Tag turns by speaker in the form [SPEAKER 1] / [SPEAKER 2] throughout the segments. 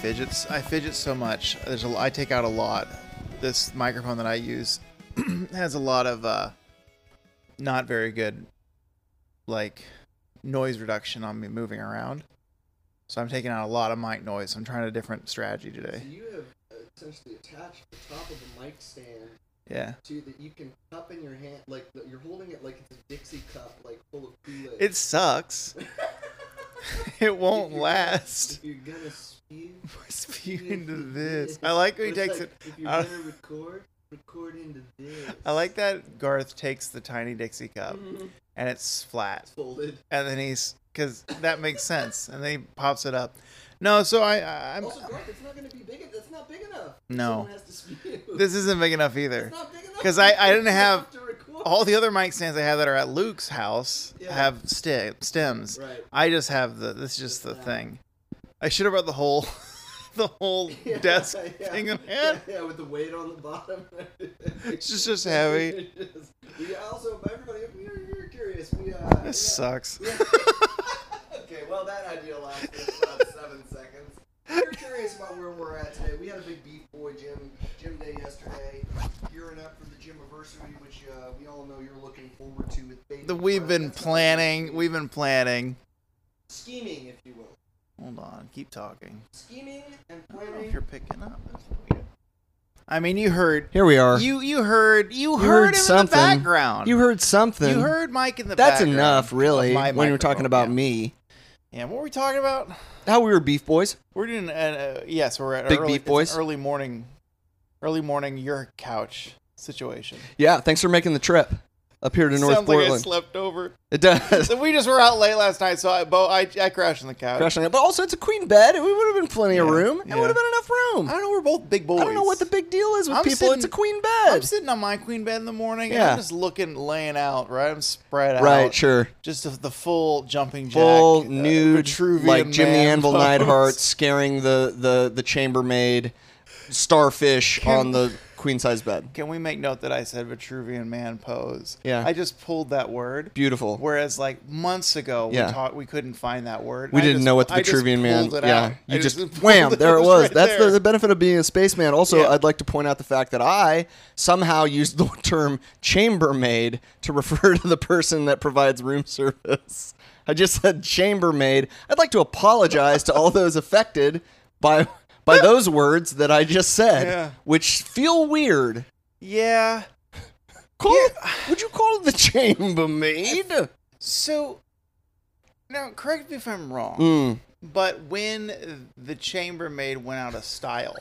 [SPEAKER 1] fidgets. I fidget so much. There's a, I take out a lot. This microphone that I use has a lot of uh, not very good, like, noise reduction on me moving around. So I'm taking out a lot of mic noise. I'm trying a different strategy
[SPEAKER 2] So
[SPEAKER 1] today.
[SPEAKER 2] you have uh, essentially attached the top of the mic stand
[SPEAKER 1] Yeah,
[SPEAKER 2] to that you can cup in your hand, like that you're holding it like it's a Dixie cup, like full of Kool Aid.
[SPEAKER 1] it sucks. it won't last.
[SPEAKER 2] If you're gonna spew,
[SPEAKER 1] Spew into this. I like when he
[SPEAKER 2] But it's
[SPEAKER 1] takes
[SPEAKER 2] like,
[SPEAKER 1] it.
[SPEAKER 2] If you're
[SPEAKER 1] out-
[SPEAKER 2] gonna record, record into this.
[SPEAKER 1] I like that Garth takes the tiny Dixie cup
[SPEAKER 2] Mhm.
[SPEAKER 1] and it's flat,
[SPEAKER 2] It's folded.
[SPEAKER 1] and then he's because that makes sense, and then he pops it up. No, so I, I I'm
[SPEAKER 2] also, Garth, it's not gonna be big. That's not big enough.
[SPEAKER 1] No.
[SPEAKER 2] Someone has to spew.
[SPEAKER 1] this isn't big enough either.
[SPEAKER 2] It's not big enough.
[SPEAKER 1] 'Cause I- I didn't
[SPEAKER 2] You
[SPEAKER 1] have
[SPEAKER 2] to record.
[SPEAKER 1] All the other mic stands I have that are at Luke's house
[SPEAKER 2] Yeah.
[SPEAKER 1] have sti stems.
[SPEAKER 2] Right.
[SPEAKER 1] I just have the this is just the
[SPEAKER 2] Yeah.
[SPEAKER 1] thing. I should have brought the whole the whole
[SPEAKER 2] Yeah,
[SPEAKER 1] desk
[SPEAKER 2] yeah.
[SPEAKER 1] thing in
[SPEAKER 2] Yeah,
[SPEAKER 1] hand.
[SPEAKER 2] yeah, with the weight on the bottom.
[SPEAKER 1] It's just just heavy.
[SPEAKER 2] we also, but everybody, if you're, you're curious, we uh. we, uh,
[SPEAKER 1] This sucks.
[SPEAKER 2] Yeah. okay, well, that idea lasted about seven seconds. You're curious about where we're at today. We had a big beef boy gym gym day yesterday, gearing up for the gym anniversary, which uh, we all know you're looking forward to. With baby
[SPEAKER 1] The, we've
[SPEAKER 2] breath.
[SPEAKER 1] been
[SPEAKER 2] That's-
[SPEAKER 1] planning. We've been planning.
[SPEAKER 2] scheming, if you will,
[SPEAKER 1] Hold on. Keep talking.
[SPEAKER 2] scheming and
[SPEAKER 1] I don't know if
[SPEAKER 2] planning.
[SPEAKER 1] you're picking up. That's weird. I mean, you heard.
[SPEAKER 3] Here we are. You,
[SPEAKER 1] You you heard. You, heard,
[SPEAKER 3] heard
[SPEAKER 1] him in the
[SPEAKER 3] something.
[SPEAKER 1] background.
[SPEAKER 3] heard something.
[SPEAKER 1] You heard Mike in the
[SPEAKER 3] That's
[SPEAKER 1] background.
[SPEAKER 3] enough, really,
[SPEAKER 1] of my
[SPEAKER 3] when you're talking
[SPEAKER 1] microphone,
[SPEAKER 3] about
[SPEAKER 1] yeah.
[SPEAKER 3] me.
[SPEAKER 1] Yeah. What were we talking about?
[SPEAKER 3] How we were beef boys.
[SPEAKER 1] We're doing an, uh, yes, we're at
[SPEAKER 3] Big
[SPEAKER 1] early,
[SPEAKER 3] Beef
[SPEAKER 1] it's
[SPEAKER 3] Boys?
[SPEAKER 1] an early morning, early morning your couch situation.
[SPEAKER 3] Yeah, thanks for making the trip up here to North
[SPEAKER 1] Sounds
[SPEAKER 3] Portland.
[SPEAKER 1] like I slept over.
[SPEAKER 3] it does.
[SPEAKER 1] So we just were out late last night, so I, Bo, I, I crashed on the couch.
[SPEAKER 3] Crashing it. But also, it's a queen bed. It would have been plenty of
[SPEAKER 1] Yeah,
[SPEAKER 3] room.
[SPEAKER 1] yeah.
[SPEAKER 3] It would have been enough
[SPEAKER 1] I
[SPEAKER 3] room.
[SPEAKER 1] don't know. We're both big boys.
[SPEAKER 3] I don't know what the big deal is with
[SPEAKER 1] I'm
[SPEAKER 3] people.
[SPEAKER 1] sitting-
[SPEAKER 3] it's a queen
[SPEAKER 1] I'm
[SPEAKER 3] bed.
[SPEAKER 1] sitting on my queen bed in the morning. and
[SPEAKER 3] Yeah.
[SPEAKER 1] I'm just looking, laying out. Right, I'm spread out.
[SPEAKER 3] Right, sure.
[SPEAKER 1] Just the, the full jumping jack,
[SPEAKER 3] Full
[SPEAKER 1] uh,
[SPEAKER 3] nude,
[SPEAKER 1] Vitruvian
[SPEAKER 3] like Jim the
[SPEAKER 1] man
[SPEAKER 3] Anvil
[SPEAKER 1] pose.
[SPEAKER 3] Neidhart scaring the, the, the chambermaid starfish on the queen size bed.
[SPEAKER 1] Can we make note that I said Vitruvian man pose?
[SPEAKER 3] Yeah.
[SPEAKER 1] I just pulled that word.
[SPEAKER 3] Beautiful.
[SPEAKER 1] Whereas like months ago, we
[SPEAKER 3] Yeah.
[SPEAKER 1] taught we couldn't find that word.
[SPEAKER 3] We
[SPEAKER 1] I
[SPEAKER 3] didn't
[SPEAKER 1] just-
[SPEAKER 3] know what the
[SPEAKER 1] I just
[SPEAKER 3] Vitruvian man.
[SPEAKER 1] pulled it
[SPEAKER 3] yeah,
[SPEAKER 1] out. I
[SPEAKER 3] you just,
[SPEAKER 1] pulled
[SPEAKER 3] wham!
[SPEAKER 1] it.
[SPEAKER 3] There it
[SPEAKER 1] It
[SPEAKER 3] was.
[SPEAKER 1] right
[SPEAKER 3] That's
[SPEAKER 1] there.
[SPEAKER 3] The, the benefit of being a spaceman. Also,
[SPEAKER 1] Yeah.
[SPEAKER 3] I'd like to point out the fact that I somehow used the term chambermaid to refer to the person that provides room service. I just said chambermaid. I'd like to apologize to all those affected by by those words that I just said,
[SPEAKER 1] Yeah.
[SPEAKER 3] which feel weird.
[SPEAKER 1] yeah.
[SPEAKER 3] Call, Would you call it the chambermaid?
[SPEAKER 1] So now, correct me if I'm wrong,
[SPEAKER 3] Mm.
[SPEAKER 1] but when the chambermaid went out of style,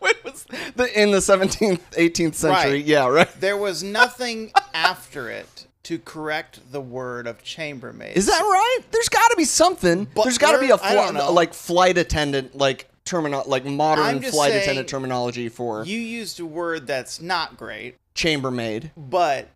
[SPEAKER 3] When was the in the 17th, 18th century?
[SPEAKER 1] Right.
[SPEAKER 3] Yeah, right.
[SPEAKER 1] there was nothing after it to correct the word of chambermaid.
[SPEAKER 3] Is that right? There's got to be something.
[SPEAKER 1] But
[SPEAKER 3] There's got to be a
[SPEAKER 1] there- I don't
[SPEAKER 3] fli-
[SPEAKER 1] know.
[SPEAKER 3] like flight attendant, like termino- like modern
[SPEAKER 1] I'm just
[SPEAKER 3] flight
[SPEAKER 1] saying
[SPEAKER 3] attendant terminology for
[SPEAKER 1] you used a word that's not great,
[SPEAKER 3] chambermaid.
[SPEAKER 1] but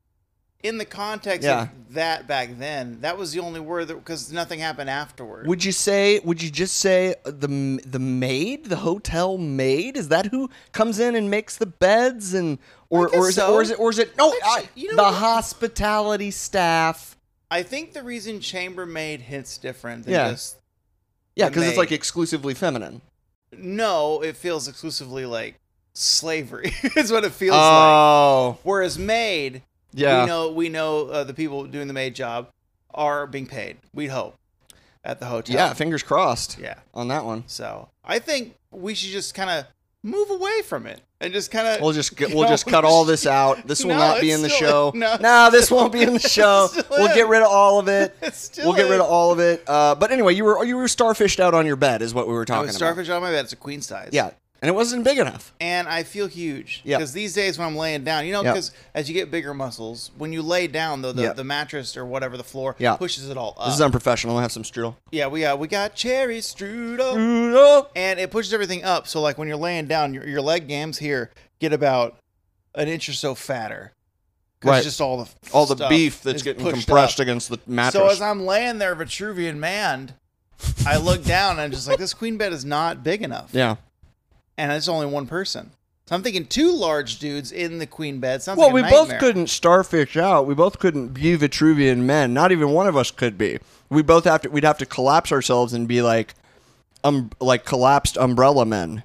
[SPEAKER 1] in the context
[SPEAKER 3] Yeah.
[SPEAKER 1] of that back then, that was the only word that because nothing happened afterward.
[SPEAKER 3] Would you say? Would you just say uh, the m- the maid, the hotel maid? Is that who comes in and makes the beds and or
[SPEAKER 1] I guess
[SPEAKER 3] or is it
[SPEAKER 1] so.
[SPEAKER 3] or is it or is it no?
[SPEAKER 1] Actually,
[SPEAKER 3] I-
[SPEAKER 1] you know
[SPEAKER 3] the
[SPEAKER 1] what?
[SPEAKER 3] hospitality staff.
[SPEAKER 1] I think the reason chambermaid hits different than
[SPEAKER 3] Yeah.
[SPEAKER 1] just
[SPEAKER 3] Yeah,
[SPEAKER 1] The
[SPEAKER 3] because it's like
[SPEAKER 1] maid.
[SPEAKER 3] exclusively feminine.
[SPEAKER 1] no, it feels exclusively like slavery. is what it feels like.
[SPEAKER 3] oh,
[SPEAKER 1] Whereas maid,
[SPEAKER 3] yeah.
[SPEAKER 1] we know we know uh, the people doing the maid job are being paid. We'd hope at the hotel.
[SPEAKER 3] yeah, fingers crossed
[SPEAKER 1] yeah.
[SPEAKER 3] on that one.
[SPEAKER 1] So I think we should just kind of move away from it and just kind of
[SPEAKER 3] We'll just get,
[SPEAKER 1] You
[SPEAKER 3] we'll
[SPEAKER 1] know,
[SPEAKER 3] just cut all this out. This will
[SPEAKER 1] No,
[SPEAKER 3] not be
[SPEAKER 1] it's
[SPEAKER 3] in the show.
[SPEAKER 1] still-
[SPEAKER 3] No,
[SPEAKER 1] no,
[SPEAKER 3] this won't be in the
[SPEAKER 1] it's
[SPEAKER 3] show.
[SPEAKER 1] still
[SPEAKER 3] We'll
[SPEAKER 1] in.
[SPEAKER 3] get rid of all of it.
[SPEAKER 1] still
[SPEAKER 3] We'll get rid
[SPEAKER 1] in.
[SPEAKER 3] of all of it. Uh, but anyway, you were you were starfished out on your bed, is what we were
[SPEAKER 1] I
[SPEAKER 3] talking
[SPEAKER 1] was starfish on my bed. It's a queen size.
[SPEAKER 3] about. Yeah, and it wasn't big enough.
[SPEAKER 1] and I feel huge.
[SPEAKER 3] Yeah.
[SPEAKER 1] Because these days when I'm laying down, you know,
[SPEAKER 3] Yeah.
[SPEAKER 1] because as you get bigger muscles, when you lay down though, the,
[SPEAKER 3] Yeah.
[SPEAKER 1] the mattress or whatever the floor
[SPEAKER 3] Yeah.
[SPEAKER 1] pushes it all up.
[SPEAKER 3] This is unprofessional. We'll have some strudel.
[SPEAKER 1] yeah, we got we got cherry strudel,
[SPEAKER 3] Mm.
[SPEAKER 1] and it pushes everything up. So like when you're laying down, your your leg gams here get about an inch or so fatter. 'Cause
[SPEAKER 3] Right.
[SPEAKER 1] Just all the
[SPEAKER 3] All the
[SPEAKER 1] stuff
[SPEAKER 3] beef that's
[SPEAKER 1] is
[SPEAKER 3] getting
[SPEAKER 1] pushed
[SPEAKER 3] compressed
[SPEAKER 1] up.
[SPEAKER 3] against the mattress.
[SPEAKER 1] So as I'm laying there, Vitruvian man, I look down and I'm just like, this queen bed is not big enough
[SPEAKER 3] yeah.
[SPEAKER 1] and it's only one person. So I'm thinking two large dudes in the queen bed. Sounds
[SPEAKER 3] Well,
[SPEAKER 1] like a
[SPEAKER 3] we
[SPEAKER 1] nightmare.
[SPEAKER 3] both couldn't starfish out. We both couldn't be Vitruvian men. Not even one of us could be. We both have to. We'd have to collapse ourselves and be like, um, like collapsed umbrella men.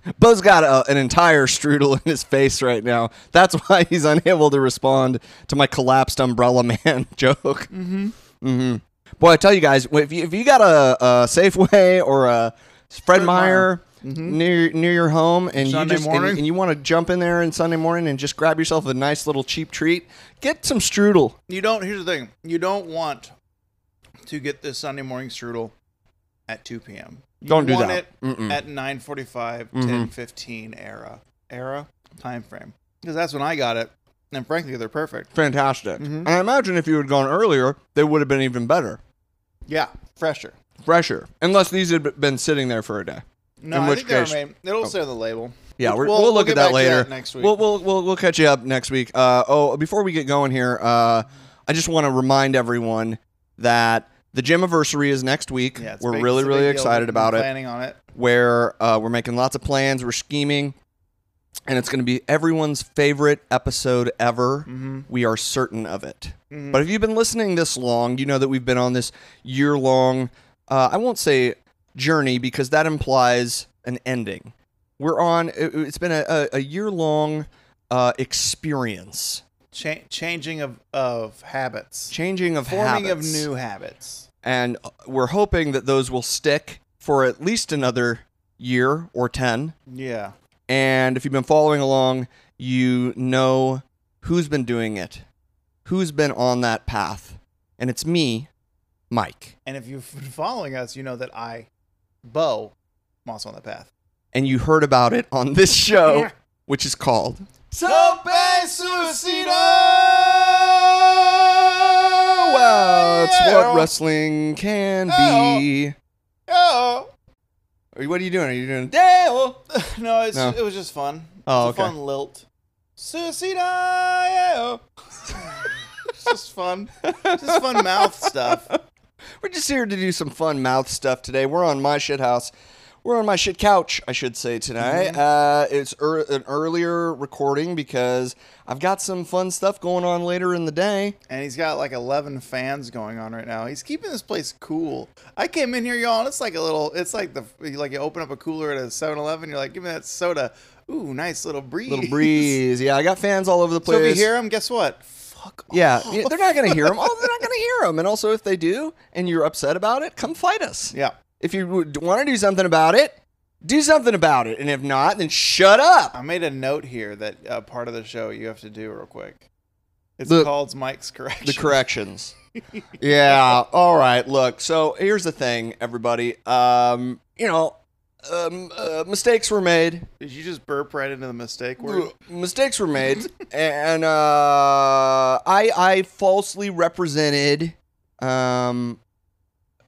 [SPEAKER 3] Bo's got a, an entire strudel in his face right now. That's why he's unable to respond to my collapsed umbrella man joke.
[SPEAKER 1] Mm-hmm.
[SPEAKER 3] hmm Boy, I tell you guys, if you, if you got a, a Safeway or a Fred,
[SPEAKER 1] Fred
[SPEAKER 3] Meyer
[SPEAKER 1] Meyer. Mhm.
[SPEAKER 3] near near your home, and
[SPEAKER 1] Sunday
[SPEAKER 3] you just and,
[SPEAKER 1] morning.
[SPEAKER 3] and you want to jump in there on Sunday morning and just grab yourself a nice little cheap treat, get some strudel.
[SPEAKER 1] You don't. Here's the thing. You don't want to get this Sunday morning strudel at 2 p.m. You
[SPEAKER 3] Don't do
[SPEAKER 1] want
[SPEAKER 3] that.
[SPEAKER 1] It
[SPEAKER 3] Mm-mm.
[SPEAKER 1] at 9:45,
[SPEAKER 3] Mhm.
[SPEAKER 1] 10:15 era era time frame because that's when I got it, and frankly, they're perfect.
[SPEAKER 3] Fantastic.
[SPEAKER 1] Mm-hmm.
[SPEAKER 3] And I imagine if you had gone earlier, they would have been even better,
[SPEAKER 1] Yeah, fresher.
[SPEAKER 3] fresher. Unless these had b- been sitting there for a day.
[SPEAKER 1] No,
[SPEAKER 3] In
[SPEAKER 1] I
[SPEAKER 3] which
[SPEAKER 1] think they're
[SPEAKER 3] case- Oh.
[SPEAKER 1] made- it'll say on the label.
[SPEAKER 3] Yeah,
[SPEAKER 1] Which
[SPEAKER 3] we're, we'll, look
[SPEAKER 1] get
[SPEAKER 3] at that
[SPEAKER 1] back to
[SPEAKER 3] later.
[SPEAKER 1] next week.
[SPEAKER 3] We'll, we'll we'll we'll catch you up next week. Uh, oh, before we get going here, uh, I just want to remind everyone that the Gymmiversary is next week.
[SPEAKER 1] yeah, it's
[SPEAKER 3] we're
[SPEAKER 1] big-
[SPEAKER 3] really
[SPEAKER 1] it's a big
[SPEAKER 3] really
[SPEAKER 1] deal.
[SPEAKER 3] excited
[SPEAKER 1] We've been
[SPEAKER 3] about it.
[SPEAKER 1] Planning on it.
[SPEAKER 3] Where uh, we're making lots of plans, we're scheming, and it's going to be everyone's favorite episode ever.
[SPEAKER 1] Mm-hmm.
[SPEAKER 3] We are certain of it.
[SPEAKER 1] Mhm.
[SPEAKER 3] But if you've been listening this long, you know that we've been on this year long, uh, I won't say journey because that implies an ending. We're on, it- it's been a, a, a year long uh, experience,
[SPEAKER 1] Cha- changing of of habits,
[SPEAKER 3] changing of
[SPEAKER 1] forming
[SPEAKER 3] habits.
[SPEAKER 1] of new habits.
[SPEAKER 3] And we're hoping that those will stick for at least another year or 10.
[SPEAKER 1] Yeah.
[SPEAKER 3] And if you've been following along, you know who's been doing it, who's been on that path. And it's me, Mike.
[SPEAKER 1] And if you've been following us, you know that I, Bo, am also on the path.
[SPEAKER 3] and you heard about it on this show, which is called
[SPEAKER 1] Tope Suicido!
[SPEAKER 3] Wow, It's What Wrestling Can Be.
[SPEAKER 1] Oh.
[SPEAKER 3] Are you- What are you doing? Are you doing?
[SPEAKER 1] Deo. No, it's,
[SPEAKER 3] No.
[SPEAKER 1] it was just fun.
[SPEAKER 3] Oh,
[SPEAKER 1] it's
[SPEAKER 3] okay.
[SPEAKER 1] a fun lilt. Suicido! it's just fun. It's just fun mouth stuff.
[SPEAKER 3] We're just here to do some fun mouth stuff today. We're on my shit house. We're on my shit couch, I should say tonight. Uh, it's ear an earlier recording because I've got some fun stuff going on later in the day.
[SPEAKER 1] And he's got like 11 fans going on right now. He's keeping this place cool. I came in here, y'all, and it's like a little, it's like the, like you open up a cooler at a 7 Eleven, you're like, give me that soda. Ooh, nice little breeze.
[SPEAKER 3] Little breeze, yeah. I got fans all over the
[SPEAKER 1] So
[SPEAKER 3] place.
[SPEAKER 1] if you hear him, guess what? Fuck off.
[SPEAKER 3] Yeah, yeah, they're not going to hear them. Oh, they're not going to hear them. And also, if they do, and you're upset about it, come fight us.
[SPEAKER 1] Yeah.
[SPEAKER 3] If you want to do something about it, do something about it. And if not, then shut up.
[SPEAKER 1] I made a note here that uh, part of the show you have to do real quick. It's
[SPEAKER 3] The-
[SPEAKER 1] called Mike's Correction.
[SPEAKER 3] The corrections. yeah. All right. Look. So here's the thing, everybody. Um, you know, um, uh, mistakes were made.
[SPEAKER 1] Did you just burp right into the mistake word?
[SPEAKER 3] Mistakes were made, and uh, I I falsely represented um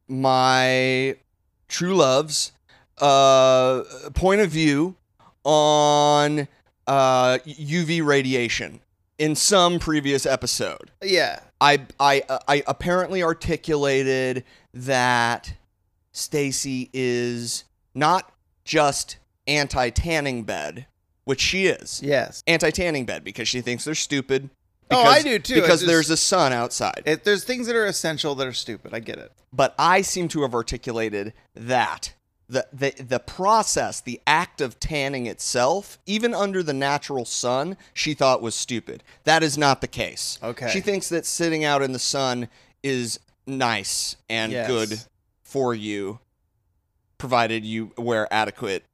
[SPEAKER 3] my true love's uh point of view on uh UV radiation in some previous episode.
[SPEAKER 1] Yeah.
[SPEAKER 3] I I I apparently articulated that Stacy is not just anti tanning bed, which she is
[SPEAKER 1] Yes.
[SPEAKER 3] anti tanning bed because she thinks they're stupid.
[SPEAKER 1] Oh,
[SPEAKER 3] because-
[SPEAKER 1] I do too. I
[SPEAKER 3] Because
[SPEAKER 1] just-
[SPEAKER 3] there's a sun outside.
[SPEAKER 1] It, there's things that are essential that are stupid. I get it.
[SPEAKER 3] but I seem to have articulated that the, the the process, the act of tanning itself, even under the natural sun, she thought was stupid. That is not the case.
[SPEAKER 1] Okay.
[SPEAKER 3] She thinks that sitting out in the sun is nice and
[SPEAKER 1] Yes.
[SPEAKER 3] good for you, provided you wear adequate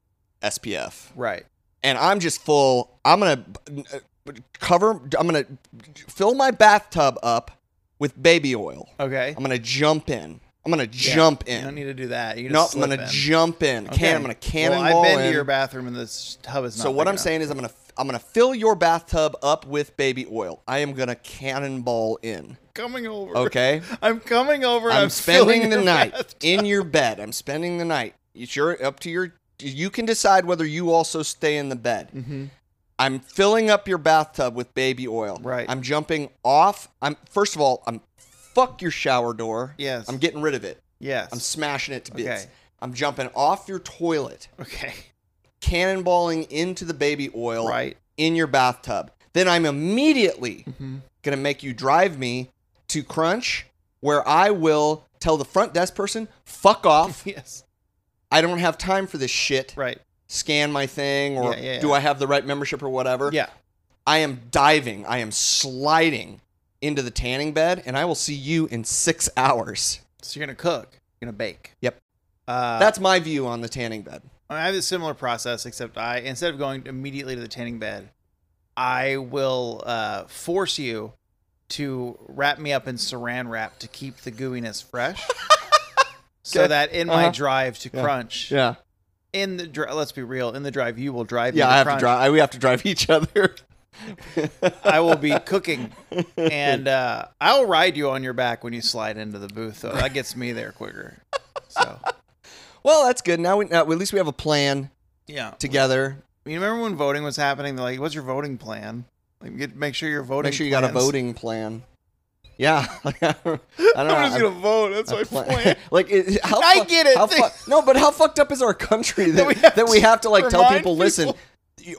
[SPEAKER 3] SPF
[SPEAKER 1] Right.
[SPEAKER 3] and I'm just full. I'm gonna uh, cover. I'm gonna fill my bathtub up with baby oil.
[SPEAKER 1] Okay.
[SPEAKER 3] I'm gonna jump in. I'm gonna jump
[SPEAKER 1] You don't
[SPEAKER 3] in.
[SPEAKER 1] need to do that. You
[SPEAKER 3] No,
[SPEAKER 1] just
[SPEAKER 3] I'm gonna
[SPEAKER 1] slip in.
[SPEAKER 3] jump in. Can, I'm gonna cannonball
[SPEAKER 1] Well, I've been
[SPEAKER 3] in.
[SPEAKER 1] to your bathroom and this tub is not.
[SPEAKER 3] so what
[SPEAKER 1] big
[SPEAKER 3] I'm
[SPEAKER 1] enough.
[SPEAKER 3] saying is, I'm gonna I'm gonna fill your bathtub up with baby oil. I am gonna cannonball in.
[SPEAKER 1] coming over.
[SPEAKER 3] Okay.
[SPEAKER 1] I'm coming over.
[SPEAKER 3] I'm
[SPEAKER 1] filling
[SPEAKER 3] spending the
[SPEAKER 1] your
[SPEAKER 3] night
[SPEAKER 1] bath-
[SPEAKER 3] in your bed. I'm spending the night. It's your up to your. You can decide whether you also stay in the bed.
[SPEAKER 1] Mm-hmm.
[SPEAKER 3] I'm filling up your bathtub with baby oil.
[SPEAKER 1] Right.
[SPEAKER 3] I'm jumping off. I'm first of all, I'm fuck your shower door.
[SPEAKER 1] Yes.
[SPEAKER 3] I'm getting rid of it.
[SPEAKER 1] Yes.
[SPEAKER 3] I'm smashing it to bits.
[SPEAKER 1] Okay.
[SPEAKER 3] I'm jumping off your toilet,
[SPEAKER 1] okay.
[SPEAKER 3] cannonballing into the baby oil
[SPEAKER 1] Right.
[SPEAKER 3] in your bathtub. Then I'm immediately
[SPEAKER 1] Mm-hmm.
[SPEAKER 3] gonna make you drive me to Crunch, where I will tell the front desk person, fuck off.
[SPEAKER 1] Yes.
[SPEAKER 3] I don't have time for this shit.
[SPEAKER 1] Right.
[SPEAKER 3] Scan my thing, or
[SPEAKER 1] Yeah, yeah,
[SPEAKER 3] do
[SPEAKER 1] yeah.
[SPEAKER 3] I have the right membership or whatever?
[SPEAKER 1] Yeah.
[SPEAKER 3] I am diving. I am sliding into the tanning bed, and I will see you in six hours.
[SPEAKER 1] So you're gonna cook. You're gonna bake.
[SPEAKER 3] Yep.
[SPEAKER 1] Uh,
[SPEAKER 3] That's my view on the tanning bed.
[SPEAKER 1] I mean, I have a similar process, except I instead of going immediately to the tanning bed, I will uh, force you to wrap me up in Saran wrap to keep the gooiness fresh, so
[SPEAKER 3] Okay.
[SPEAKER 1] that in my
[SPEAKER 3] Uh-huh.
[SPEAKER 1] drive to
[SPEAKER 3] Yeah.
[SPEAKER 1] crunch,
[SPEAKER 3] Yeah.
[SPEAKER 1] in the dri- let's be real, in the drive you will drive. me
[SPEAKER 3] Yeah, I have
[SPEAKER 1] crunch.
[SPEAKER 3] to drive. I, we have to drive each other.
[SPEAKER 1] I will be cooking, and uh, I'll ride you on your back when you slide into the booth. Though that gets me there quicker. So
[SPEAKER 3] Well, that's good. Now, we, now at least we have a plan
[SPEAKER 1] yeah,
[SPEAKER 3] together.
[SPEAKER 1] you remember when voting was happening? They're like, "What's your voting plan? Like, get, make sure your voting.
[SPEAKER 3] Make sure you got a
[SPEAKER 1] plans-
[SPEAKER 3] voting plan. Yeah, I don't know.
[SPEAKER 1] I'm
[SPEAKER 3] I-
[SPEAKER 1] just gonna vote. That's my
[SPEAKER 3] I plan-
[SPEAKER 1] plan.
[SPEAKER 3] like, it, how
[SPEAKER 1] I
[SPEAKER 3] fu-
[SPEAKER 1] get it.
[SPEAKER 3] How fu- no, but how fucked up is our country that,
[SPEAKER 1] we
[SPEAKER 3] we
[SPEAKER 1] have
[SPEAKER 3] have, that we
[SPEAKER 1] to
[SPEAKER 3] have to like tell
[SPEAKER 1] remind
[SPEAKER 3] people, listen,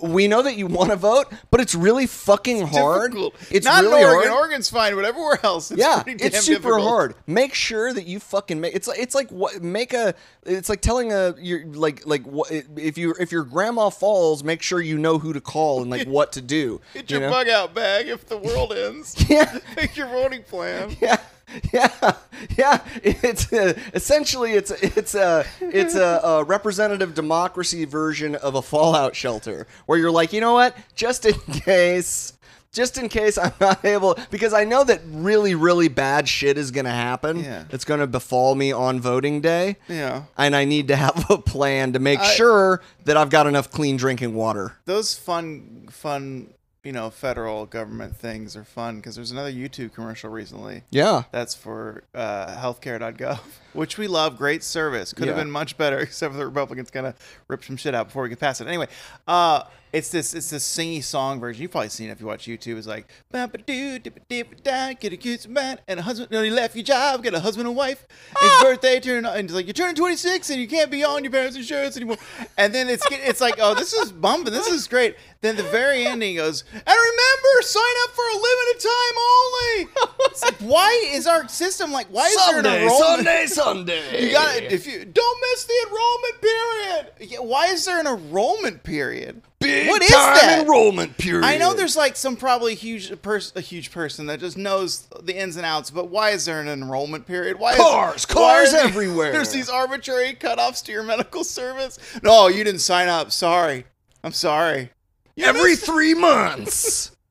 [SPEAKER 3] we know that you want to vote, but it's really fucking hard.
[SPEAKER 1] Difficult.
[SPEAKER 3] It's
[SPEAKER 1] not
[SPEAKER 3] really
[SPEAKER 1] in Oregon.
[SPEAKER 3] hard.
[SPEAKER 1] Oregon's fine, but everywhere else, it's
[SPEAKER 3] yeah,
[SPEAKER 1] pretty damn
[SPEAKER 3] it's super
[SPEAKER 1] difficult.
[SPEAKER 3] hard. Make sure that you fucking make it's like it's like what make a it's like telling a you're like like what if you if your grandma falls, make sure you know who to call and like what to do.
[SPEAKER 1] Get
[SPEAKER 3] you
[SPEAKER 1] your
[SPEAKER 3] know?
[SPEAKER 1] bug out bag if the world ends.
[SPEAKER 3] Yeah.
[SPEAKER 1] Make your voting plan.
[SPEAKER 3] yeah yeah yeah it's uh, essentially it's it's a it's a, a representative democracy version of a fallout shelter where you're like you know what just in case just in case I'm not able, because I know that really, really bad shit is going to happen.
[SPEAKER 1] Yeah.
[SPEAKER 3] It's going to befall me on voting day.
[SPEAKER 1] Yeah.
[SPEAKER 3] And I need to have a plan to make
[SPEAKER 1] I-
[SPEAKER 3] sure that I've got enough clean drinking water.
[SPEAKER 1] Those fun, fun, you know, federal government things are fun because there's another YouTube commercial recently.
[SPEAKER 3] Yeah.
[SPEAKER 1] That's for uh, healthcare.gov, which we love. Great service. Could have
[SPEAKER 3] Yeah.
[SPEAKER 1] been much better, except for the Republicans kind of ripped some shit out before we could pass it. Anyway, uh, it's this it's this singy song version. You've probably seen it if you watch YouTube. It's like, "Ba-ba-doo, dip-a-dip-a-da, get a good man and a husband. No, you left your job, get a husband and wife. His birthday turned, and it's like, you're turning 26 and you can't be on your parents' insurance anymore. And then it's get- it's like, oh, this is bumping. This is great. Then the very ending goes, and remember, sign up for a limited time only. It's like, why is our system like, why is there an enrollment?
[SPEAKER 3] Sunday.
[SPEAKER 1] You got to if you don't miss the enrollment period. Yeah, why is there an enrollment period? what is that?
[SPEAKER 3] enrollment period?
[SPEAKER 1] I know there's like some probably huge person, a huge person that just knows the ins and outs, but why is there an enrollment period? Why
[SPEAKER 3] Cars,
[SPEAKER 1] is, why
[SPEAKER 3] cars
[SPEAKER 1] are there-
[SPEAKER 3] everywhere.
[SPEAKER 1] There's these arbitrary cutoffs to your medical service. No, you didn't sign up. Sorry, I'm sorry. You missed-
[SPEAKER 3] three months.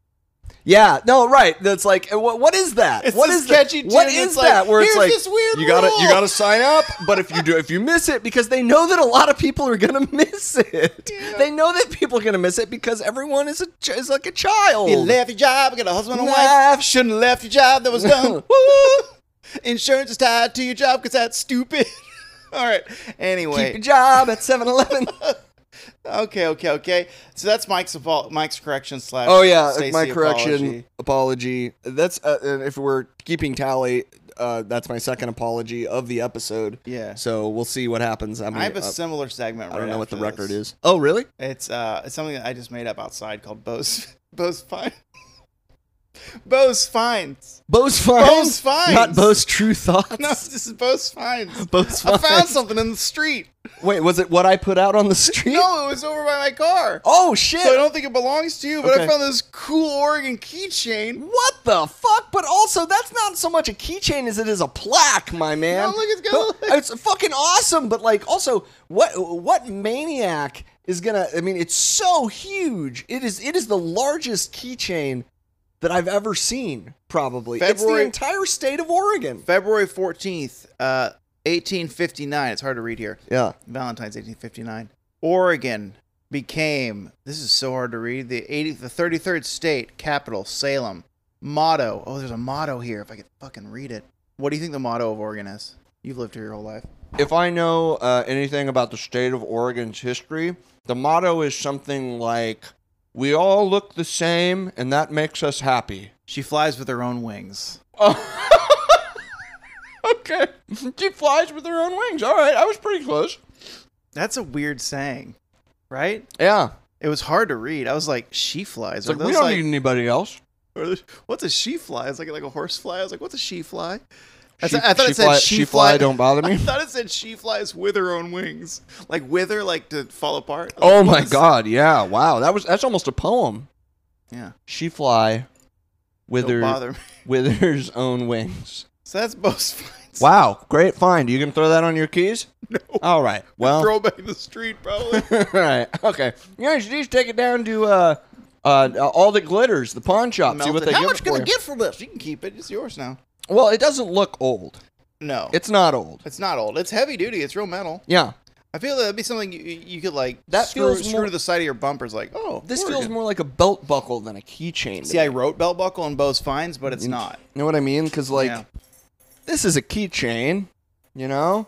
[SPEAKER 3] Yeah, no, right. That's like, what, what is that?
[SPEAKER 1] It's
[SPEAKER 3] what
[SPEAKER 1] this
[SPEAKER 3] is that?
[SPEAKER 1] catchy
[SPEAKER 3] What
[SPEAKER 1] tune. It's
[SPEAKER 3] is
[SPEAKER 1] like,
[SPEAKER 3] that? Where it's
[SPEAKER 1] "Here's
[SPEAKER 3] like
[SPEAKER 1] this weird
[SPEAKER 3] you gotta
[SPEAKER 1] rule."
[SPEAKER 3] you gotta sign up, but if you do if you miss it, because they know that a lot of people are gonna miss it. They know that people are gonna miss it because everyone is a ch- is like a child.
[SPEAKER 1] You left your job, got a husband and wife.
[SPEAKER 3] Left.
[SPEAKER 1] Shouldn't have left your job. That was dumb. Woo! Insurance is tied to your job because that's stupid. All right.
[SPEAKER 3] Keep
[SPEAKER 1] Anyway.
[SPEAKER 3] your job at 7-Eleven.
[SPEAKER 1] okay. Okay. Okay. So that's Mike's apol- Mike's correction slash.
[SPEAKER 3] Oh yeah,
[SPEAKER 1] Stacey
[SPEAKER 3] my correction
[SPEAKER 1] apology.
[SPEAKER 3] apology. That's uh, uh, if we're keeping tally. Uh, that's my second apology of the episode.
[SPEAKER 1] Yeah.
[SPEAKER 3] So we'll see what happens. I, mean,
[SPEAKER 1] I have a
[SPEAKER 3] uh,
[SPEAKER 1] similar segment.
[SPEAKER 3] I don't
[SPEAKER 1] right
[SPEAKER 3] know what the
[SPEAKER 1] after
[SPEAKER 3] record
[SPEAKER 1] this.
[SPEAKER 3] is. Oh really?
[SPEAKER 1] It's uh, it's something that I just made up outside called Bose Bose Fine. Bose Finds.
[SPEAKER 3] Bose Fines.
[SPEAKER 1] Bose Fines.
[SPEAKER 3] Not Bose True Thoughts.
[SPEAKER 1] No, this is Bose Finds.
[SPEAKER 3] Bose
[SPEAKER 1] I found
[SPEAKER 3] Fines.
[SPEAKER 1] something in the street.
[SPEAKER 3] Wait, was it what I put out on the street?
[SPEAKER 1] No, it was over by my car.
[SPEAKER 3] Oh shit.
[SPEAKER 1] So I don't think it belongs to you, but I
[SPEAKER 3] Okay.
[SPEAKER 1] found this cool Oregon keychain.
[SPEAKER 3] what the fuck? But also, that's not so much a keychain as it is a plaque, my man.
[SPEAKER 1] No, look, it's got a-
[SPEAKER 3] It's fucking awesome, but like, also, what what maniac is gonna? I mean, it's so huge. It is it is the largest keychain that I've ever seen. Probably, it's
[SPEAKER 1] February-
[SPEAKER 3] the entire state of Oregon.
[SPEAKER 1] February 14th, uh, 1859. It's hard to read here.
[SPEAKER 3] Yeah,
[SPEAKER 1] Valentine's 1859. Oregon became, this is so hard to read, the 80, the 33rd state capital, Salem. Motto. Oh, there's a motto here if I could fucking read it. What do you think the motto of Oregon is? You've lived here your whole life.
[SPEAKER 3] if I know uh, anything about the state of Oregon's history, the motto is something like, "We all look the same, and that makes us happy."
[SPEAKER 1] She flies with her own wings.
[SPEAKER 3] Okay. She flies with her own wings. All right. I was pretty close.
[SPEAKER 1] That's a weird saying, right?
[SPEAKER 3] Yeah.
[SPEAKER 1] It was hard to read. I was like, she flies.
[SPEAKER 3] It's
[SPEAKER 1] Are
[SPEAKER 3] like, we
[SPEAKER 1] those,
[SPEAKER 3] don't need anybody else.
[SPEAKER 1] Or the- what's a she fly? It's like like a horse fly. I was like, what's a she fly? I
[SPEAKER 3] She-
[SPEAKER 1] th- I thought
[SPEAKER 3] she
[SPEAKER 1] it said
[SPEAKER 3] fly-
[SPEAKER 1] she,
[SPEAKER 3] she
[SPEAKER 1] fly,
[SPEAKER 3] fly, don't bother me?
[SPEAKER 1] I thought it said she flies with her own wings, like with her, like to fall apart.
[SPEAKER 3] Oh
[SPEAKER 1] Like,
[SPEAKER 3] my
[SPEAKER 1] what's-
[SPEAKER 3] god, yeah. Wow. That was that's almost a poem.
[SPEAKER 1] Yeah.
[SPEAKER 3] She fly with
[SPEAKER 1] Don't
[SPEAKER 3] her
[SPEAKER 1] bother me.
[SPEAKER 3] with her own wings.
[SPEAKER 1] So that's most finds.
[SPEAKER 3] Wow, great find. You can throw that on your keys?
[SPEAKER 1] No.
[SPEAKER 3] All right. Well,
[SPEAKER 1] Throw back in the street, probably.
[SPEAKER 3] all right. Okay. Yeah, you should just take it down to uh, uh, all that glitters, the pawn shop. See what
[SPEAKER 1] Melted.
[SPEAKER 3] they
[SPEAKER 1] How
[SPEAKER 3] give
[SPEAKER 1] much
[SPEAKER 3] it
[SPEAKER 1] can
[SPEAKER 3] for
[SPEAKER 1] I
[SPEAKER 3] you.
[SPEAKER 1] get for this? You can keep it. It's yours now.
[SPEAKER 3] Well, it doesn't look old.
[SPEAKER 1] No, it's
[SPEAKER 3] It's not old.
[SPEAKER 1] it's not old. It's heavy duty. It's real metal.
[SPEAKER 3] Yeah.
[SPEAKER 1] I feel that'd be something you, you could like
[SPEAKER 3] That
[SPEAKER 1] screw,
[SPEAKER 3] feels
[SPEAKER 1] screw
[SPEAKER 3] more-
[SPEAKER 1] to the side of your bumpers. Like, oh,
[SPEAKER 3] This
[SPEAKER 1] we're
[SPEAKER 3] feels
[SPEAKER 1] good.
[SPEAKER 3] more like a belt buckle than a keychain. to
[SPEAKER 1] See,
[SPEAKER 3] me.
[SPEAKER 1] I wrote belt buckle on Bose Fines, but it's not.
[SPEAKER 3] You know what I mean? Because like,
[SPEAKER 1] Yeah.
[SPEAKER 3] this is a keychain. You know,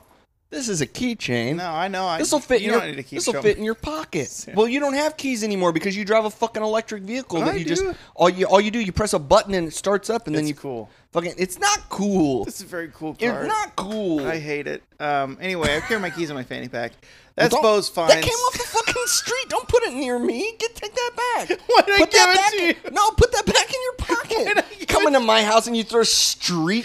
[SPEAKER 3] this is a keychain.
[SPEAKER 1] No, I know. I-
[SPEAKER 3] This will fit.
[SPEAKER 1] You
[SPEAKER 3] in your,
[SPEAKER 1] don't need to keep
[SPEAKER 3] This will
[SPEAKER 1] showing
[SPEAKER 3] fit
[SPEAKER 1] me.
[SPEAKER 3] in your pocket. Well, you don't have keys anymore because you drive a fucking electric vehicle
[SPEAKER 1] I
[SPEAKER 3] that you just
[SPEAKER 1] do.
[SPEAKER 3] all you all you do you press a button and it starts up and then
[SPEAKER 1] It's
[SPEAKER 3] you
[SPEAKER 1] cool.
[SPEAKER 3] fucking it's not cool.
[SPEAKER 1] This is a very cool
[SPEAKER 3] It's
[SPEAKER 1] card.
[SPEAKER 3] not cool.
[SPEAKER 1] I hate it. Um. Anyway, I carry my keys in my fanny pack. That's
[SPEAKER 3] Don't-
[SPEAKER 1] Bose Fines.
[SPEAKER 3] That came off the fucking street. Don't put it near me. Get take that back.
[SPEAKER 1] Why did I give
[SPEAKER 3] put
[SPEAKER 1] it
[SPEAKER 3] that
[SPEAKER 1] to
[SPEAKER 3] back
[SPEAKER 1] you?
[SPEAKER 3] In, no, put that back in your
[SPEAKER 1] did I
[SPEAKER 3] pocket.
[SPEAKER 1] give
[SPEAKER 3] Come into my house and you throw street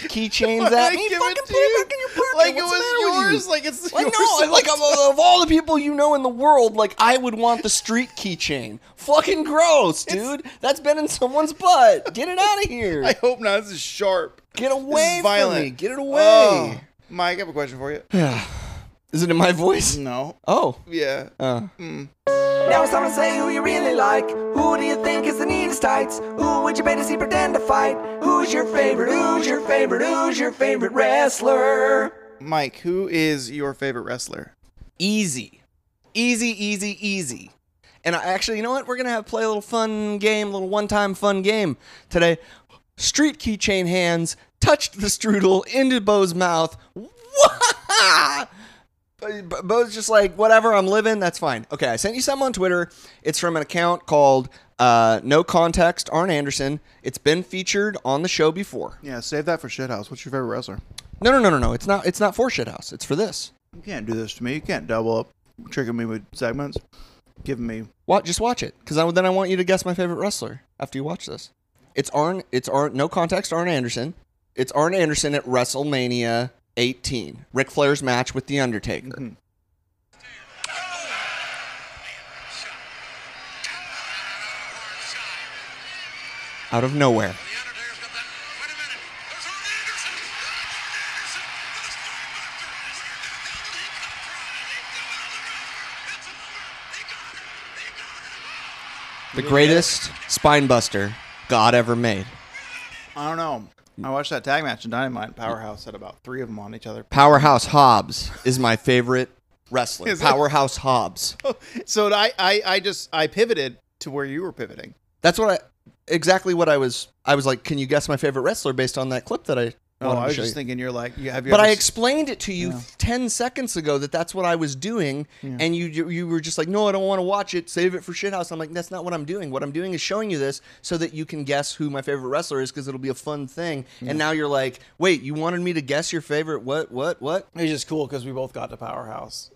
[SPEAKER 3] keychains
[SPEAKER 1] Why did
[SPEAKER 3] at
[SPEAKER 1] I
[SPEAKER 3] me.
[SPEAKER 1] give
[SPEAKER 3] Fucking
[SPEAKER 1] it
[SPEAKER 3] put
[SPEAKER 1] to
[SPEAKER 3] it
[SPEAKER 1] you?
[SPEAKER 3] back in your pocket.
[SPEAKER 1] Like it
[SPEAKER 3] What's
[SPEAKER 1] was
[SPEAKER 3] the matter with
[SPEAKER 1] yours,
[SPEAKER 3] you?
[SPEAKER 1] like it's
[SPEAKER 3] I
[SPEAKER 1] yours
[SPEAKER 3] know. I- Like
[SPEAKER 1] all
[SPEAKER 3] of, of all the people you know in the world, like I would want the street keychain. Fucking gross, dude. That's been in someone's butt. Get it out of here.
[SPEAKER 1] I hope not. This is sharp.
[SPEAKER 3] Get
[SPEAKER 1] This
[SPEAKER 3] away
[SPEAKER 1] is violent.
[SPEAKER 3] from me. Get it away.
[SPEAKER 1] Oh. Mike, I have a question for you.
[SPEAKER 3] Is it in my voice?
[SPEAKER 1] no.
[SPEAKER 3] Oh.
[SPEAKER 1] Yeah.
[SPEAKER 3] Uh.
[SPEAKER 4] Now it's time to say who you really like. Who do you think is the neatest tights? Who would you bet to see pretend to fight? Who's your favorite? Who's your favorite? Who's your favorite wrestler?
[SPEAKER 1] Mike, who is your favorite wrestler?
[SPEAKER 3] easy, easy, easy, easy. And I actually, you know what? We're gonna have play a little fun game, a little one-time fun game today. Street keychain hands touched the strudel into Bo's mouth. Wah! Bo- Bo- Bo's just like, whatever, I'm living, that's fine. Okay, I sent you something on Twitter. It's from an account called uh, No Context Arn Anderson. It's been featured on the show before.
[SPEAKER 1] Yeah, save that for shithouse. What's your favorite wrestler?
[SPEAKER 3] No, no, no, no, no. It's not. It's not for shithouse. It's for this.
[SPEAKER 1] You can't do this to me. You can't double up, tricking me with segments, giving me.
[SPEAKER 3] What? Just watch it, because then I want you to guess my favorite wrestler after you watch this. It's Arn. It's Arn. No context. Arn Anderson. It's Arn Anderson at WrestleMania 18, Ric Flair's match with the Undertaker. Out of nowhere. The greatest spine buster God ever made.
[SPEAKER 1] I don't know. I watched that tag match in Dynamite. and Powerhouse had about three of them on each other.
[SPEAKER 3] Powerhouse Hobbs is my favorite wrestler.
[SPEAKER 1] Is it?
[SPEAKER 3] Powerhouse Hobbs.
[SPEAKER 1] So I, I, I just I pivoted to where you were pivoting.
[SPEAKER 3] That's what I exactly what I was I was like, can you guess my favorite wrestler based on that clip that I
[SPEAKER 1] Oh,
[SPEAKER 3] wanted
[SPEAKER 1] I
[SPEAKER 3] to
[SPEAKER 1] was
[SPEAKER 3] show
[SPEAKER 1] just
[SPEAKER 3] you?
[SPEAKER 1] thinking you're like you have. You
[SPEAKER 3] but
[SPEAKER 1] ever
[SPEAKER 3] I
[SPEAKER 1] s-
[SPEAKER 3] explained it to you 10 seconds ago that that's what I was doing and you you you were just like no I don't want to watch it save it for shithouse I'm like that's not what I'm doing what I'm doing is showing you this so that you can guess who my favorite wrestler is because it'll be a fun thing and now you're like wait you wanted me to guess your favorite what what what
[SPEAKER 1] It's just cool because we both got to Powerhouse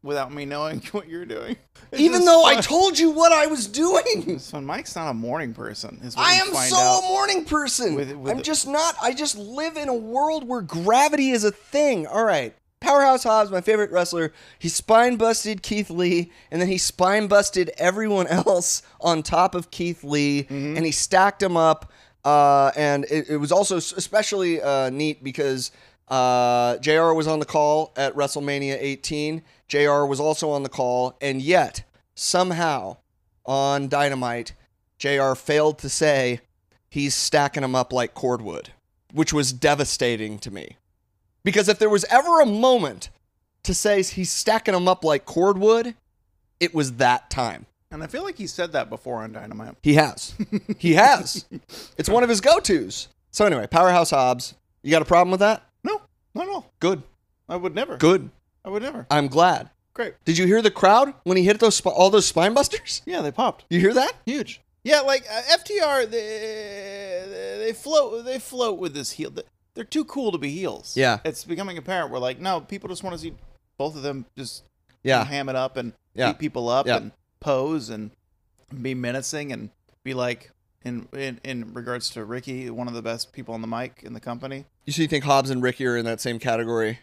[SPEAKER 1] without me knowing what you were doing. It's
[SPEAKER 3] even
[SPEAKER 1] just
[SPEAKER 3] though I
[SPEAKER 1] fun.
[SPEAKER 3] told you what I was doing
[SPEAKER 1] It's fun. Mike's not a morning person. Is what
[SPEAKER 3] I
[SPEAKER 1] you
[SPEAKER 3] am
[SPEAKER 1] find
[SPEAKER 3] so
[SPEAKER 1] out.
[SPEAKER 3] a morning person.
[SPEAKER 1] With- with
[SPEAKER 3] I'm
[SPEAKER 1] the-
[SPEAKER 3] just not. I just live in a world where gravity is a thing. All right. Powerhouse Hobbs, my favorite wrestler, he spine busted Keith Lee, and then he spine busted everyone else on top of Keith Lee,
[SPEAKER 1] Mm-hmm.
[SPEAKER 3] and he stacked him up. Uh, and it, it was also s- especially uh, neat because uh, JR was on the call at WrestleMania 18. JR was also on the call, and yet somehow on Dynamite, JR failed to say he's stacking them up like cordwood, which was devastating to me. Because if there was ever a moment to say he's stacking them up like cordwood, it was that time.
[SPEAKER 1] And I feel like he said that before on Dynamite.
[SPEAKER 3] He has. He has. it's one of his go tos. So, anyway, Powerhouse Hobbs, you got a problem with that?
[SPEAKER 1] No, not at all.
[SPEAKER 3] Good.
[SPEAKER 1] I would never.
[SPEAKER 3] Good.
[SPEAKER 1] I would never.
[SPEAKER 3] I'm glad.
[SPEAKER 1] Great.
[SPEAKER 3] Did you hear the crowd when he hit those sp- all those spine busters?
[SPEAKER 1] Yeah, they popped.
[SPEAKER 3] You hear that?
[SPEAKER 1] Huge. Yeah, like uh, FTR, they, they float. They float with this heel. They're too cool to be heels.
[SPEAKER 3] Yeah.
[SPEAKER 1] it's becoming apparent. We're like, no, people just want to see both of them just
[SPEAKER 3] Yeah.
[SPEAKER 1] ham it up and
[SPEAKER 3] Yeah.
[SPEAKER 1] beat people up
[SPEAKER 3] Yeah.
[SPEAKER 1] and pose and be menacing and be like, in, in in regards to Ricky, one of the best people on the mic in the company.
[SPEAKER 3] You so you think Hobbs and Ricky are in that same category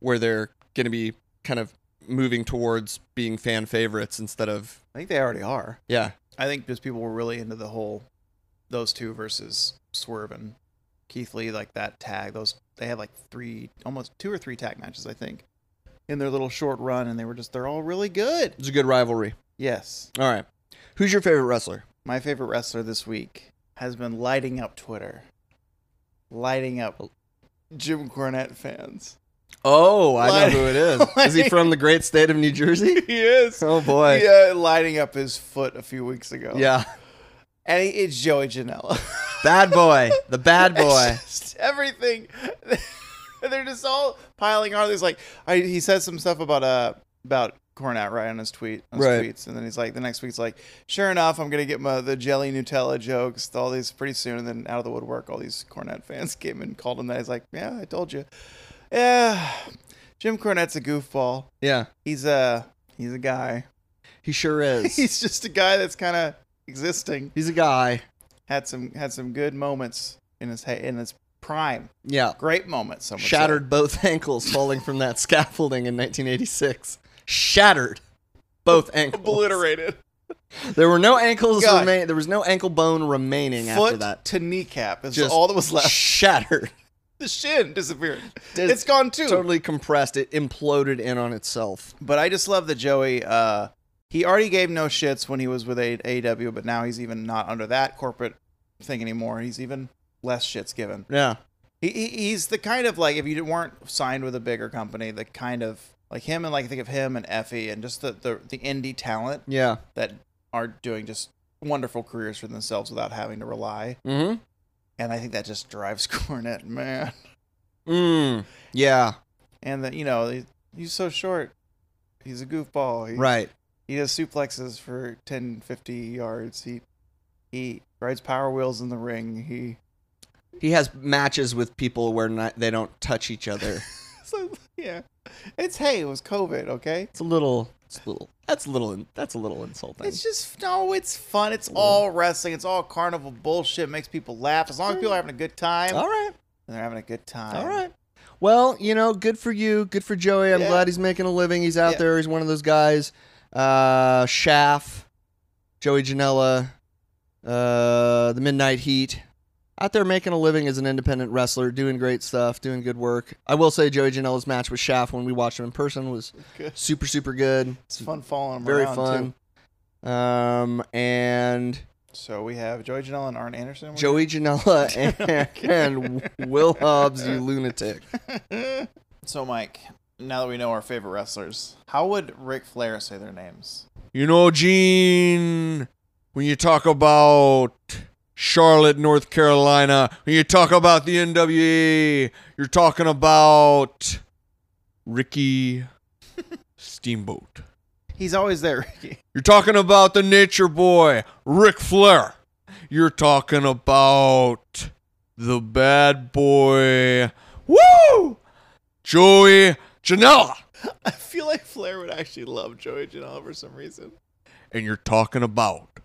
[SPEAKER 3] where they're going to be kind of moving towards being fan favorites instead of
[SPEAKER 1] I think they already are.
[SPEAKER 3] yeah.
[SPEAKER 1] I think because people were really into the whole those two versus Swerve and Keith Lee, like that tag. Those they had like three, almost two or three tag matches, I think, in their little short run, and they were just they're all really good.
[SPEAKER 3] It's a good rivalry.
[SPEAKER 1] Yes,
[SPEAKER 3] All right. Who's your favorite wrestler?
[SPEAKER 1] my favorite wrestler this week has been lighting up Twitter, lighting up Jim Cornette fans.
[SPEAKER 3] Oh, I
[SPEAKER 1] Like-
[SPEAKER 3] know who it is. Is he from the great state of New Jersey?
[SPEAKER 1] He is.
[SPEAKER 3] Oh boy.
[SPEAKER 1] Yeah, lighting up his foot a few weeks ago.
[SPEAKER 3] Yeah.
[SPEAKER 1] and he, it's Joey Janela.
[SPEAKER 3] Bad boy. The bad boy.
[SPEAKER 1] It's just everything. They're just all piling on. There's like, I, he says some stuff about uh about Cornette right on his tweet, on his
[SPEAKER 3] Right.
[SPEAKER 1] tweets, and then he's like, the next week's like, sure enough, I'm gonna get my the jelly Nutella jokes, all these pretty soon, and then out of the woodwork, all these Cornette fans came and called him that. He's like, yeah, I told you, yeah, Jim Cornette's a goofball.
[SPEAKER 3] Yeah.
[SPEAKER 1] He's a he's a guy.
[SPEAKER 3] He sure is.
[SPEAKER 1] He's just a guy that's kind of existing.
[SPEAKER 3] He's a guy.
[SPEAKER 1] Had some had some good moments in his he- in his prime
[SPEAKER 3] Yeah.
[SPEAKER 1] great moment. Someone
[SPEAKER 3] Shattered both ankles falling from that scaffolding in 1986. Shattered both ankles.
[SPEAKER 1] obliterated
[SPEAKER 3] There were no ankles
[SPEAKER 1] God.
[SPEAKER 3] remain. There was no ankle bone remaining after
[SPEAKER 1] foot
[SPEAKER 3] that.
[SPEAKER 1] to kneecap is
[SPEAKER 3] Just
[SPEAKER 1] all that was left.
[SPEAKER 3] Shattered.
[SPEAKER 1] The shin disappeared.
[SPEAKER 3] Dis-
[SPEAKER 1] it's gone too.
[SPEAKER 3] Totally compressed. It imploded in on itself.
[SPEAKER 1] But I just love that Joey. Uh, he already gave no shits when he was with A- AEW, but now he's even not under that corporate thing anymore. He's even less shits given.
[SPEAKER 3] Yeah.
[SPEAKER 1] He, he he's the kind of like if you weren't signed with a bigger company, the kind of like him and like think of him and Effie and just the the, the indie talent
[SPEAKER 3] Yeah.
[SPEAKER 1] that are doing just wonderful careers for themselves without having to rely
[SPEAKER 3] Mm-hmm.
[SPEAKER 1] and I think that just drives Cornette man.
[SPEAKER 3] Mm. Yeah.
[SPEAKER 1] And that you know he- he's so short, he's a goofball. He,
[SPEAKER 3] Right.
[SPEAKER 1] He does suplexes for 10, 50 yards. He he rides power wheels in the ring. He
[SPEAKER 3] He has matches with people where not, they don't touch each other.
[SPEAKER 1] so, yeah. It's hey, it was COVID, okay?
[SPEAKER 3] It's a little. It's a little. That's a little. in- That's a little insulting.
[SPEAKER 1] It's just no, it's fun. It's all wrestling. It's all carnival bullshit. Makes people laugh. As long as people are having a good time,
[SPEAKER 3] all right.
[SPEAKER 1] and they're having a good time.
[SPEAKER 3] All right. Well, you know, good for you. Good for Joey. I'm
[SPEAKER 1] Yeah.
[SPEAKER 3] glad he's making a living. He's out
[SPEAKER 1] Yeah.
[SPEAKER 3] there. He's one of those guys. Uh, Shaff, Joey Janela, uh, the Midnight Heat. Out there making a living as an independent wrestler, doing great stuff, doing good work. I will say Joey Janela's match with Shaft when we watched him in person was
[SPEAKER 1] Good.
[SPEAKER 3] super, super good.
[SPEAKER 1] It's fun following them
[SPEAKER 3] Very
[SPEAKER 1] around,
[SPEAKER 3] fun.
[SPEAKER 1] too.
[SPEAKER 3] Um, and
[SPEAKER 1] So we have Joey Janela and Arn Anderson.
[SPEAKER 3] Joey Janela and, and Will Hobbs, you lunatic.
[SPEAKER 1] So, Mike, now that we know our favorite wrestlers, how would Ric Flair say their names?
[SPEAKER 3] You know, Gene, when you talk about Charlotte, North Carolina, when you talk about the NWA, you're talking about Ricky Steamboat.
[SPEAKER 1] He's always there, Ricky.
[SPEAKER 3] You're talking about the Nature Boy, Ric Flair. You're talking about the bad boy, woo, Joey Janela.
[SPEAKER 1] I feel like Flair would actually love Joey Janela for some reason.
[SPEAKER 5] and you're talking about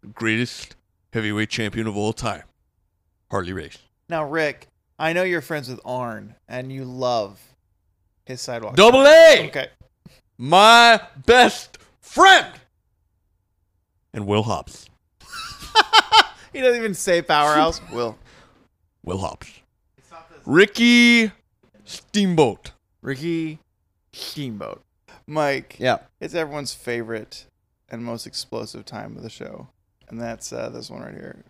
[SPEAKER 5] the greatest heavyweight champion of all time, Harley Race.
[SPEAKER 1] Now, Rick, I know you're friends with Arn and you love his sidewalk.
[SPEAKER 5] Double A,
[SPEAKER 1] Okay.
[SPEAKER 5] my best friend, and Will Hobbs.
[SPEAKER 1] He doesn't even say powerhouse. Will.
[SPEAKER 5] Will Hobbs. Ricky Steamboat.
[SPEAKER 1] Ricky Steamboat. Mike,
[SPEAKER 3] Yeah.
[SPEAKER 1] it's everyone's favorite and most explosive time of the show. And that's uh, this one right here.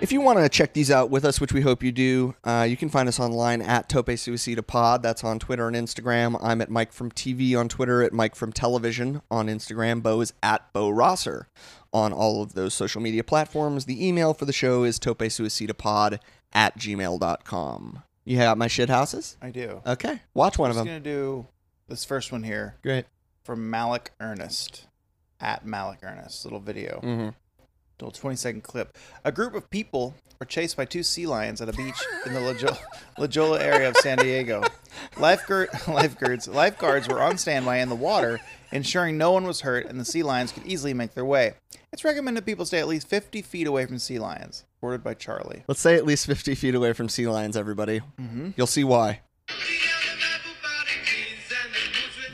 [SPEAKER 3] If you want to check these out with us, which we hope you do, uh, you can find us online at Tope Suicida Pod. That's on Twitter and Instagram. I'm at Mike from TV on Twitter, at Mike from Television on Instagram. Bo is at Bo Rosser on all of those social media platforms. The email for the show is topesuicidapod at gmail.com. You have my shit houses?
[SPEAKER 1] I do.
[SPEAKER 3] Okay. Watch
[SPEAKER 1] I'm
[SPEAKER 3] one of
[SPEAKER 1] just
[SPEAKER 3] them.
[SPEAKER 1] going to do this first one here.
[SPEAKER 3] Great.
[SPEAKER 1] from Malik Ernest at Malik Ernest. Little video.
[SPEAKER 3] Mm-hmm.
[SPEAKER 1] little 20 second clip. A group of people were chased by two sea lions at a beach in the La Jo- La Jolla area of San Diego. Lifeguard, lifeguards, lifeguards were on standby in the water, ensuring no one was hurt and the sea lions could easily make their way. It's recommended people stay at least 50 feet away from sea lions, ordered by Charlie.
[SPEAKER 3] Let's say at least 50 feet away from sea lions, everybody. Mm-hmm. You'll see why.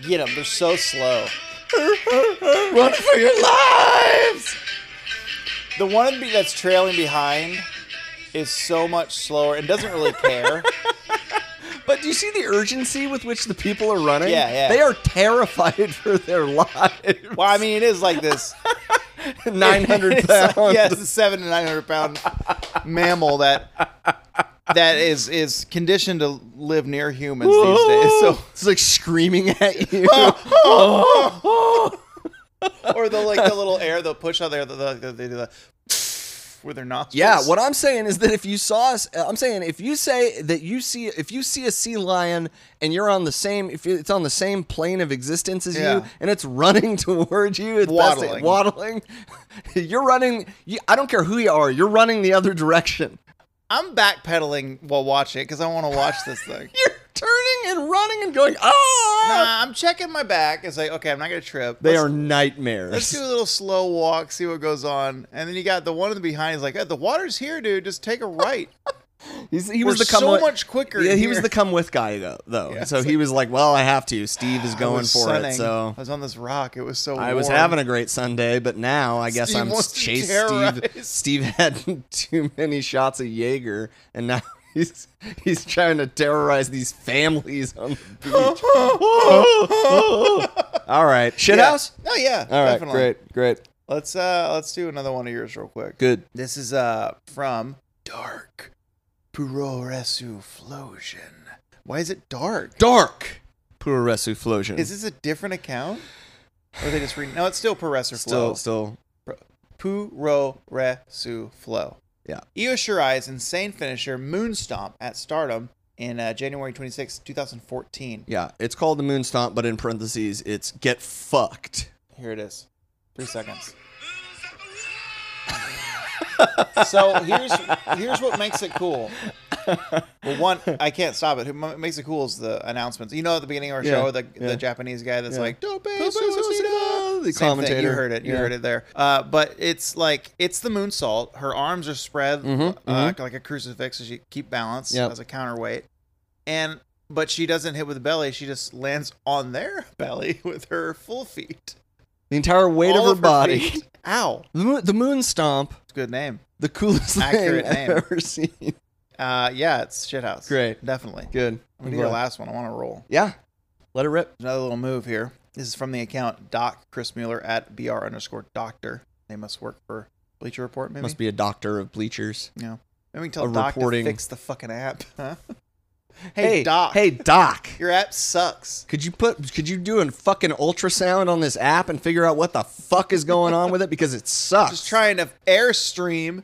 [SPEAKER 1] Get them, they're so slow.
[SPEAKER 3] Run for your lives!
[SPEAKER 1] The one be- that's trailing behind is so much slower and doesn't really care.
[SPEAKER 3] But do you see the urgency with which the people are running?
[SPEAKER 1] Yeah, yeah.
[SPEAKER 3] They are terrified for their lives.
[SPEAKER 1] well, I mean, it is like this
[SPEAKER 3] 900
[SPEAKER 1] It's like-
[SPEAKER 3] pounds.
[SPEAKER 1] yeah, it's a seven to nine hundred pound mammal that that is is conditioned to live near humans these days. So,
[SPEAKER 3] it's like screaming at you. oh,
[SPEAKER 1] or the like the little air they'll push out there, the, the, the, they do the with their nostrils.
[SPEAKER 3] Yeah, what I'm saying is that if you saw us, uh, I'm saying if you say that you see if you see a sea lion and you're on the same if it's on the same plane of existence as
[SPEAKER 1] Yeah.
[SPEAKER 3] you and it's running towards you, it's best to-
[SPEAKER 1] Waddling.
[SPEAKER 3] waddling. you're running. You, I don't care who you are. You're running the other direction.
[SPEAKER 1] I'm backpedaling while watching it because I want to watch this thing.
[SPEAKER 3] You're turning and running and going. Ah!
[SPEAKER 1] Nah, I'm checking my back. It's like okay, I'm not gonna trip.
[SPEAKER 3] They
[SPEAKER 1] Let's-
[SPEAKER 3] are nightmares.
[SPEAKER 1] Let's do a little slow walk, see what goes on, and then you got the one in the behind. He's like, "Oh, "The water's here, dude. Just take a right."
[SPEAKER 3] He's- he
[SPEAKER 1] We're
[SPEAKER 3] was the come
[SPEAKER 1] so
[SPEAKER 3] with-
[SPEAKER 1] much quicker
[SPEAKER 3] Yeah, he
[SPEAKER 1] here.
[SPEAKER 3] was the come with guy though. though.
[SPEAKER 1] Yeah,
[SPEAKER 3] so
[SPEAKER 1] it's
[SPEAKER 3] he was like, "Well, I have to. Steve is
[SPEAKER 1] I
[SPEAKER 3] going
[SPEAKER 1] was
[SPEAKER 3] for
[SPEAKER 1] sunning.
[SPEAKER 3] it." So
[SPEAKER 1] I was on this rock. It was so.
[SPEAKER 3] I was
[SPEAKER 1] warm.
[SPEAKER 3] having a great Sunday, but now I guess
[SPEAKER 1] Steve
[SPEAKER 3] I'm
[SPEAKER 1] wants to
[SPEAKER 3] chased. Steve.
[SPEAKER 1] terrorize.
[SPEAKER 3] Steve had too many shots of Jaeger, and now he's he's trying to terrorize these families on the beach. All right, shithouse.
[SPEAKER 1] Yeah. Oh yeah.
[SPEAKER 3] All right,
[SPEAKER 1] definitely.
[SPEAKER 3] great, great,
[SPEAKER 1] Let's uh let's do another one of yours real quick.
[SPEAKER 3] good.
[SPEAKER 1] This is uh from Dark Puroresu Flosion. Why is it dark?
[SPEAKER 3] Dark. Puroresu Flosion.
[SPEAKER 1] Is this a different account? Or they just read? No, it's still Puroresu Flow.
[SPEAKER 3] still, still
[SPEAKER 1] Puroresu Flow.
[SPEAKER 3] Yeah.
[SPEAKER 1] Io Shirai's insane finisher Moonstomp at Stardom in uh, January 26, 2014.
[SPEAKER 3] Yeah, it's called the Moon Stomp, but in parentheses, it's get fucked.
[SPEAKER 1] Here it is. Three seconds. so here's here's what makes it cool. Well, one, I can't stop it. What makes it cool is the announcements. You know, at the beginning of our
[SPEAKER 3] Yeah,
[SPEAKER 1] show, the,
[SPEAKER 3] yeah.
[SPEAKER 1] the Japanese guy that's
[SPEAKER 3] Yeah.
[SPEAKER 1] like, "Dope,
[SPEAKER 3] The
[SPEAKER 1] the
[SPEAKER 3] commentator.
[SPEAKER 1] You heard it. You
[SPEAKER 3] Yeah.
[SPEAKER 1] heard it there. Uh, but it's like it's the moonsault. Her arms are spread
[SPEAKER 3] Mhm,
[SPEAKER 1] uh, like a crucifix, so she keep balance
[SPEAKER 3] Yep.
[SPEAKER 1] as a counterweight. And but she doesn't hit with the belly. She just lands on their belly with her full feet.
[SPEAKER 3] The entire weight
[SPEAKER 1] All
[SPEAKER 3] of her body.
[SPEAKER 1] feet. Ow.
[SPEAKER 3] The moon, the moon Stomp,
[SPEAKER 1] It's a good name.
[SPEAKER 3] the coolest
[SPEAKER 1] Accurate
[SPEAKER 3] thing
[SPEAKER 1] name.
[SPEAKER 3] I've ever seen.
[SPEAKER 1] Uh, yeah, it's shithouse.
[SPEAKER 3] Great.
[SPEAKER 1] Definitely.
[SPEAKER 3] Good.
[SPEAKER 1] I'm gonna do the last one. I want to roll.
[SPEAKER 3] Yeah. Let it rip.
[SPEAKER 1] Another little move here. This is from the account Doc Chris Mueller at BR underscore doctor. They must work for Bleacher Report, maybe.
[SPEAKER 3] Must be a doctor of bleachers.
[SPEAKER 1] Yeah. Maybe we can tell
[SPEAKER 3] A
[SPEAKER 1] Doc
[SPEAKER 3] reporting-
[SPEAKER 1] to fix the fucking app. Huh? Hey, Doc.
[SPEAKER 3] Hey Doc.
[SPEAKER 1] Your app sucks.
[SPEAKER 3] Could you put could you do a fucking ultrasound on this app and figure out what the fuck is going on with it? Because it sucks.
[SPEAKER 1] Just trying to airstream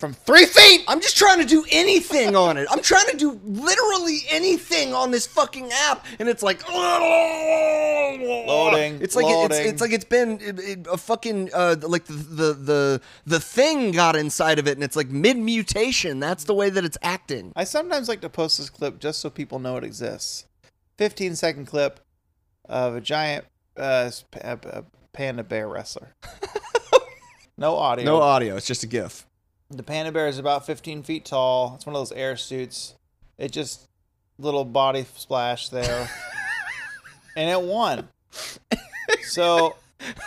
[SPEAKER 1] from three feet.
[SPEAKER 3] I'm just trying to do anything on it. I'm trying to do literally anything on this fucking app, and it's like loading. It's like it-
[SPEAKER 1] loading.
[SPEAKER 3] It's, it's like it's been it- it- a fucking uh, like the, the the the thing got inside of it, and it's like mid mutation. That's the way that it's acting.
[SPEAKER 1] I sometimes like to post this clip just so people know it exists. 15 second clip of a giant uh, s- p- uh, p- uh, panda bear wrestler. no audio.
[SPEAKER 3] No audio. It's just a GIF.
[SPEAKER 1] the panda bear is about 15 feet tall. It's one of those air suits. It just little body splash there, and it won. So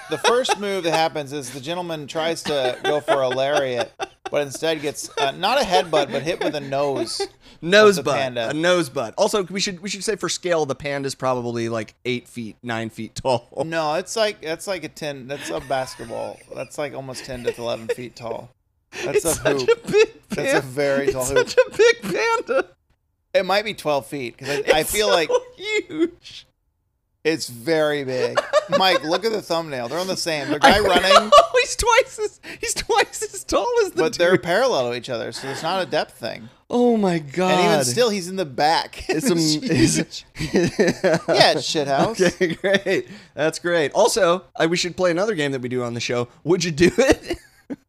[SPEAKER 1] the first move that happens is the gentleman tries to go for a lariat, but instead gets uh, not a headbutt, but hit with a nose.
[SPEAKER 3] Nose
[SPEAKER 1] Of the
[SPEAKER 3] bud,
[SPEAKER 1] panda.
[SPEAKER 3] a nose bud. Also, we should we should say for scale, the panda's probably like eight feet, nine feet tall.
[SPEAKER 1] No, it's like that's like a ten. That's a basketball. That's like almost ten to eleven feet tall. That's
[SPEAKER 3] it's
[SPEAKER 1] a
[SPEAKER 3] such
[SPEAKER 1] hoop.
[SPEAKER 3] a big panda.
[SPEAKER 1] That's a very tall
[SPEAKER 3] it's
[SPEAKER 1] hoop.
[SPEAKER 3] Such a big panda.
[SPEAKER 1] It might be twelve feet because I, I
[SPEAKER 3] It's
[SPEAKER 1] feel
[SPEAKER 3] so
[SPEAKER 1] like
[SPEAKER 3] huge.
[SPEAKER 1] it's very big. Mike, look at the thumbnail. They're on the same. They're guy running,
[SPEAKER 3] Oh, he's twice as he's twice as tall as the
[SPEAKER 1] but they're
[SPEAKER 3] dude.
[SPEAKER 1] parallel to each other, so it's not a depth thing.
[SPEAKER 3] Oh my god!
[SPEAKER 1] And even still, he's in the back.
[SPEAKER 3] it's a is,
[SPEAKER 1] yeah, it's shit house.
[SPEAKER 3] Okay, great. That's great. Also, I, we should play another game that we do on the show. Would you do it?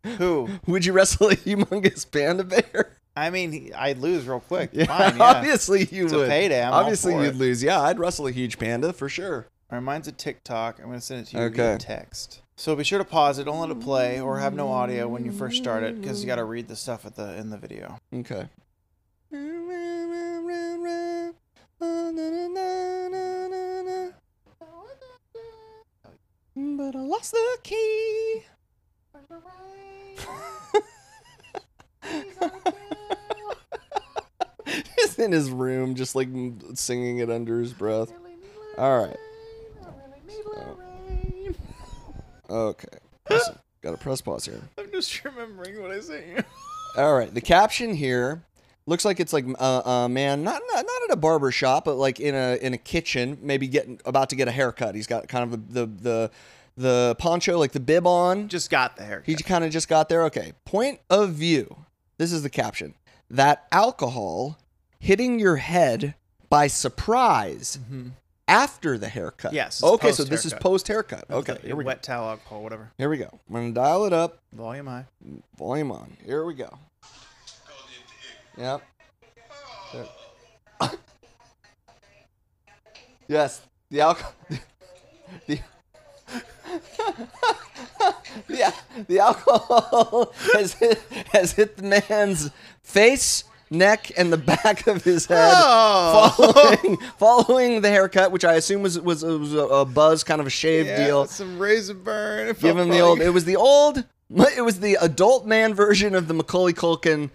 [SPEAKER 1] Who?
[SPEAKER 3] Would you wrestle a humongous panda bear?
[SPEAKER 1] I mean, I'd lose real quick.
[SPEAKER 3] Yeah,
[SPEAKER 1] Fine, yeah.
[SPEAKER 3] obviously you
[SPEAKER 1] It's a
[SPEAKER 3] would.
[SPEAKER 1] payday, I'm all
[SPEAKER 3] obviously
[SPEAKER 1] for
[SPEAKER 3] you'd
[SPEAKER 1] it.
[SPEAKER 3] lose. Yeah, I'd wrestle a huge panda for sure.
[SPEAKER 1] All right, mine's a TikTok. I'm going to send it to you
[SPEAKER 3] Okay.
[SPEAKER 1] via text. So be sure to pause it. Don't let it play or have no audio when you first start it because you got to read the stuff at the in the video.
[SPEAKER 3] Okay. But I lost the key. He's in his room, just like m- singing it under his breath. All right. So- Okay. Listen, gotta press pause here.
[SPEAKER 1] I'm just remembering what I sent you.
[SPEAKER 3] All right. The caption here looks like it's like a, a man, not, not not at a barber shop, but like in a in a kitchen, maybe getting about to get a haircut. He's got kind of the the the, the poncho, like the bib on.
[SPEAKER 1] Just got the haircut.
[SPEAKER 3] He kind of just got there. Okay. Point of view. This is the caption. That alcohol hitting your head by surprise after the haircut.
[SPEAKER 1] Mm-hmm. Yes, it's
[SPEAKER 3] Okay. So this is
[SPEAKER 1] post-haircut.
[SPEAKER 3] post
[SPEAKER 1] With
[SPEAKER 3] haircut. Okay.
[SPEAKER 1] the
[SPEAKER 3] Here we go.
[SPEAKER 1] wet towel alcohol, whatever.
[SPEAKER 3] Here we go. I'm gonna dial it up.
[SPEAKER 1] Volume high.
[SPEAKER 3] Volume on. Here we go. Yep. There. yes, the alcohol. The, yeah, the alcohol has hit, has hit the man's face, neck, and the back of his head.
[SPEAKER 1] Oh.
[SPEAKER 3] Following, following the haircut, which I assume was was, was a, a buzz, kind of a shave deal.
[SPEAKER 1] Some razor burn. It
[SPEAKER 3] Give
[SPEAKER 1] felt
[SPEAKER 3] him the
[SPEAKER 1] funny.
[SPEAKER 3] old. It was the old. It was the adult man version of the Macaulay Culkin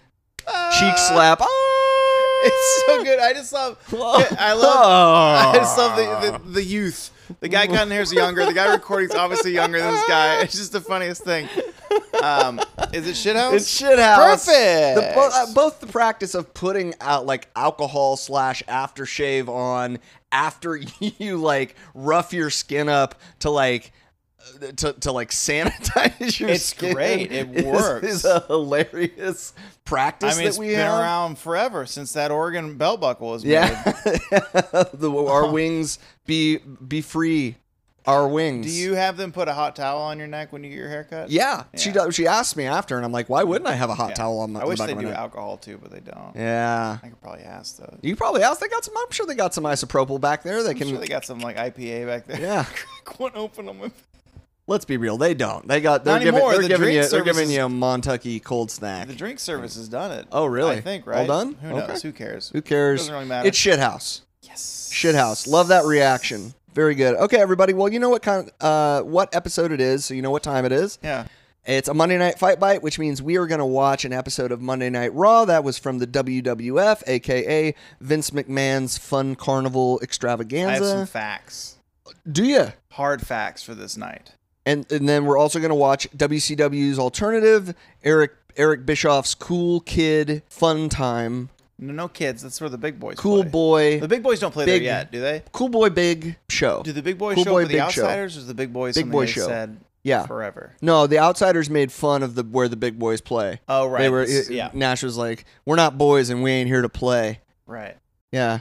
[SPEAKER 3] cheek slap. Ah!
[SPEAKER 1] Uh, It's so good. I just love.
[SPEAKER 3] Whoa.
[SPEAKER 1] I love. I just love the, the, the youth. The guy cutting hair is younger. The guy recording's obviously younger than this guy. It's just the funniest thing. Um, is it shithouse?
[SPEAKER 3] It's shit
[SPEAKER 1] Perfect.
[SPEAKER 3] house. The, bo- uh, both the practice of putting out like alcohol slash aftershave on after you like rough your skin up to like uh, to, to like sanitize your
[SPEAKER 1] It's
[SPEAKER 3] skin.
[SPEAKER 1] great. It
[SPEAKER 3] is-
[SPEAKER 1] works.
[SPEAKER 3] Is, a hilarious practice
[SPEAKER 1] I mean,
[SPEAKER 3] that
[SPEAKER 1] it's
[SPEAKER 3] we
[SPEAKER 1] been
[SPEAKER 3] have.
[SPEAKER 1] around forever since that Oregon belt buckle was made.
[SPEAKER 3] Yeah, the,
[SPEAKER 1] Oh.
[SPEAKER 3] our wings be be free. Our wings.
[SPEAKER 1] Do you have them put a hot towel on your neck when you get your haircut?
[SPEAKER 3] Yeah, she
[SPEAKER 1] Yeah.
[SPEAKER 3] do- she asked me after, and I'm like, why wouldn't I have a hot
[SPEAKER 1] Yeah.
[SPEAKER 3] towel on my?
[SPEAKER 1] I wish
[SPEAKER 3] the back
[SPEAKER 1] they
[SPEAKER 3] of my
[SPEAKER 1] do
[SPEAKER 3] neck?
[SPEAKER 1] alcohol too, but they don't.
[SPEAKER 3] Yeah,
[SPEAKER 1] I could probably ask though.
[SPEAKER 3] you probably asked. They got some. I'm sure they got some isopropyl back there. They
[SPEAKER 1] I'm
[SPEAKER 3] can.
[SPEAKER 1] sure they got some like IPA back there.
[SPEAKER 3] yeah,
[SPEAKER 1] Crack one open on my
[SPEAKER 3] let's be real. They don't. They got. They're
[SPEAKER 1] Not
[SPEAKER 3] giving.
[SPEAKER 1] anymore.
[SPEAKER 3] They're
[SPEAKER 1] The
[SPEAKER 3] giving
[SPEAKER 1] drink
[SPEAKER 3] you. They're giving
[SPEAKER 1] services-
[SPEAKER 3] you a Montucky cold snack.
[SPEAKER 1] The drink service has done it.
[SPEAKER 3] Oh, really?
[SPEAKER 1] I think
[SPEAKER 3] All
[SPEAKER 1] right.
[SPEAKER 3] done?
[SPEAKER 1] Who
[SPEAKER 3] Okay.
[SPEAKER 1] knows? Who cares?
[SPEAKER 3] Who cares?
[SPEAKER 1] Doesn't really matter.
[SPEAKER 3] It's shithouse.
[SPEAKER 1] yes.
[SPEAKER 3] Shithouse. Love that reaction. Very good. Okay, everybody. Well, you know what kind. uh, what episode it is, so you know what time it is.
[SPEAKER 1] Yeah.
[SPEAKER 3] It's a Monday Night Fight Bite, which means we are going to watch an episode of Monday Night Raw that was from the WWF, aka Vince McMahon's Fun
[SPEAKER 1] I
[SPEAKER 3] Carnival
[SPEAKER 1] have some
[SPEAKER 3] Extravaganza.
[SPEAKER 1] facts.
[SPEAKER 3] Do you?
[SPEAKER 1] Hard facts for this night.
[SPEAKER 3] And and then we're also going to watch WCW's alternative, Eric Eric Bischoff's Cool Kid Fun Time,
[SPEAKER 1] No, no kids. That's where the big boys.
[SPEAKER 3] Cool
[SPEAKER 1] play.
[SPEAKER 3] Boy,
[SPEAKER 1] The big boys don't play
[SPEAKER 3] Big-
[SPEAKER 1] there yet, do they?
[SPEAKER 3] Cool Boy Big Show.
[SPEAKER 1] Do the big boys
[SPEAKER 3] Cool
[SPEAKER 1] show
[SPEAKER 3] Boy
[SPEAKER 1] up for the
[SPEAKER 3] Big Show.
[SPEAKER 1] outsiders, or is the big boys
[SPEAKER 3] Big
[SPEAKER 1] something
[SPEAKER 3] Boy
[SPEAKER 1] they
[SPEAKER 3] Show. Ah.
[SPEAKER 1] said
[SPEAKER 3] Yeah.
[SPEAKER 1] forever?
[SPEAKER 3] No, the outsiders made fun of the where the big boys play.
[SPEAKER 1] Oh right.
[SPEAKER 3] They were uh,
[SPEAKER 1] This- yeah.
[SPEAKER 3] Nash was like, "We're not boys and we ain't here to play."
[SPEAKER 1] Right.
[SPEAKER 3] Yeah.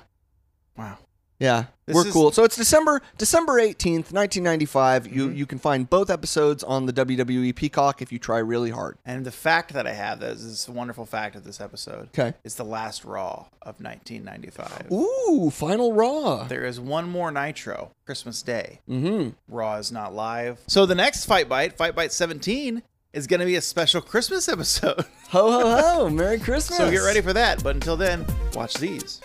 [SPEAKER 1] Wow.
[SPEAKER 3] Yeah,
[SPEAKER 1] This
[SPEAKER 3] we're
[SPEAKER 1] is-
[SPEAKER 3] cool. So it's December December eighteenth, nineteen ninety five. You you can find both episodes on the WWE Peacock if you try really hard.
[SPEAKER 1] And the fact that I have that is this wonderful fact of this episode.
[SPEAKER 3] Okay.
[SPEAKER 1] It's the last Raw of 1995.
[SPEAKER 3] Ooh, Final Raw.
[SPEAKER 1] There is one more Nitro, Christmas Day.
[SPEAKER 3] Mm-hmm.
[SPEAKER 1] Raw is not live. So the next Fight Bite, Fight Bite 17, is going to be a special Christmas episode.
[SPEAKER 3] Ho ho ho! Merry Christmas.
[SPEAKER 1] so get ready for that. But until then, watch these.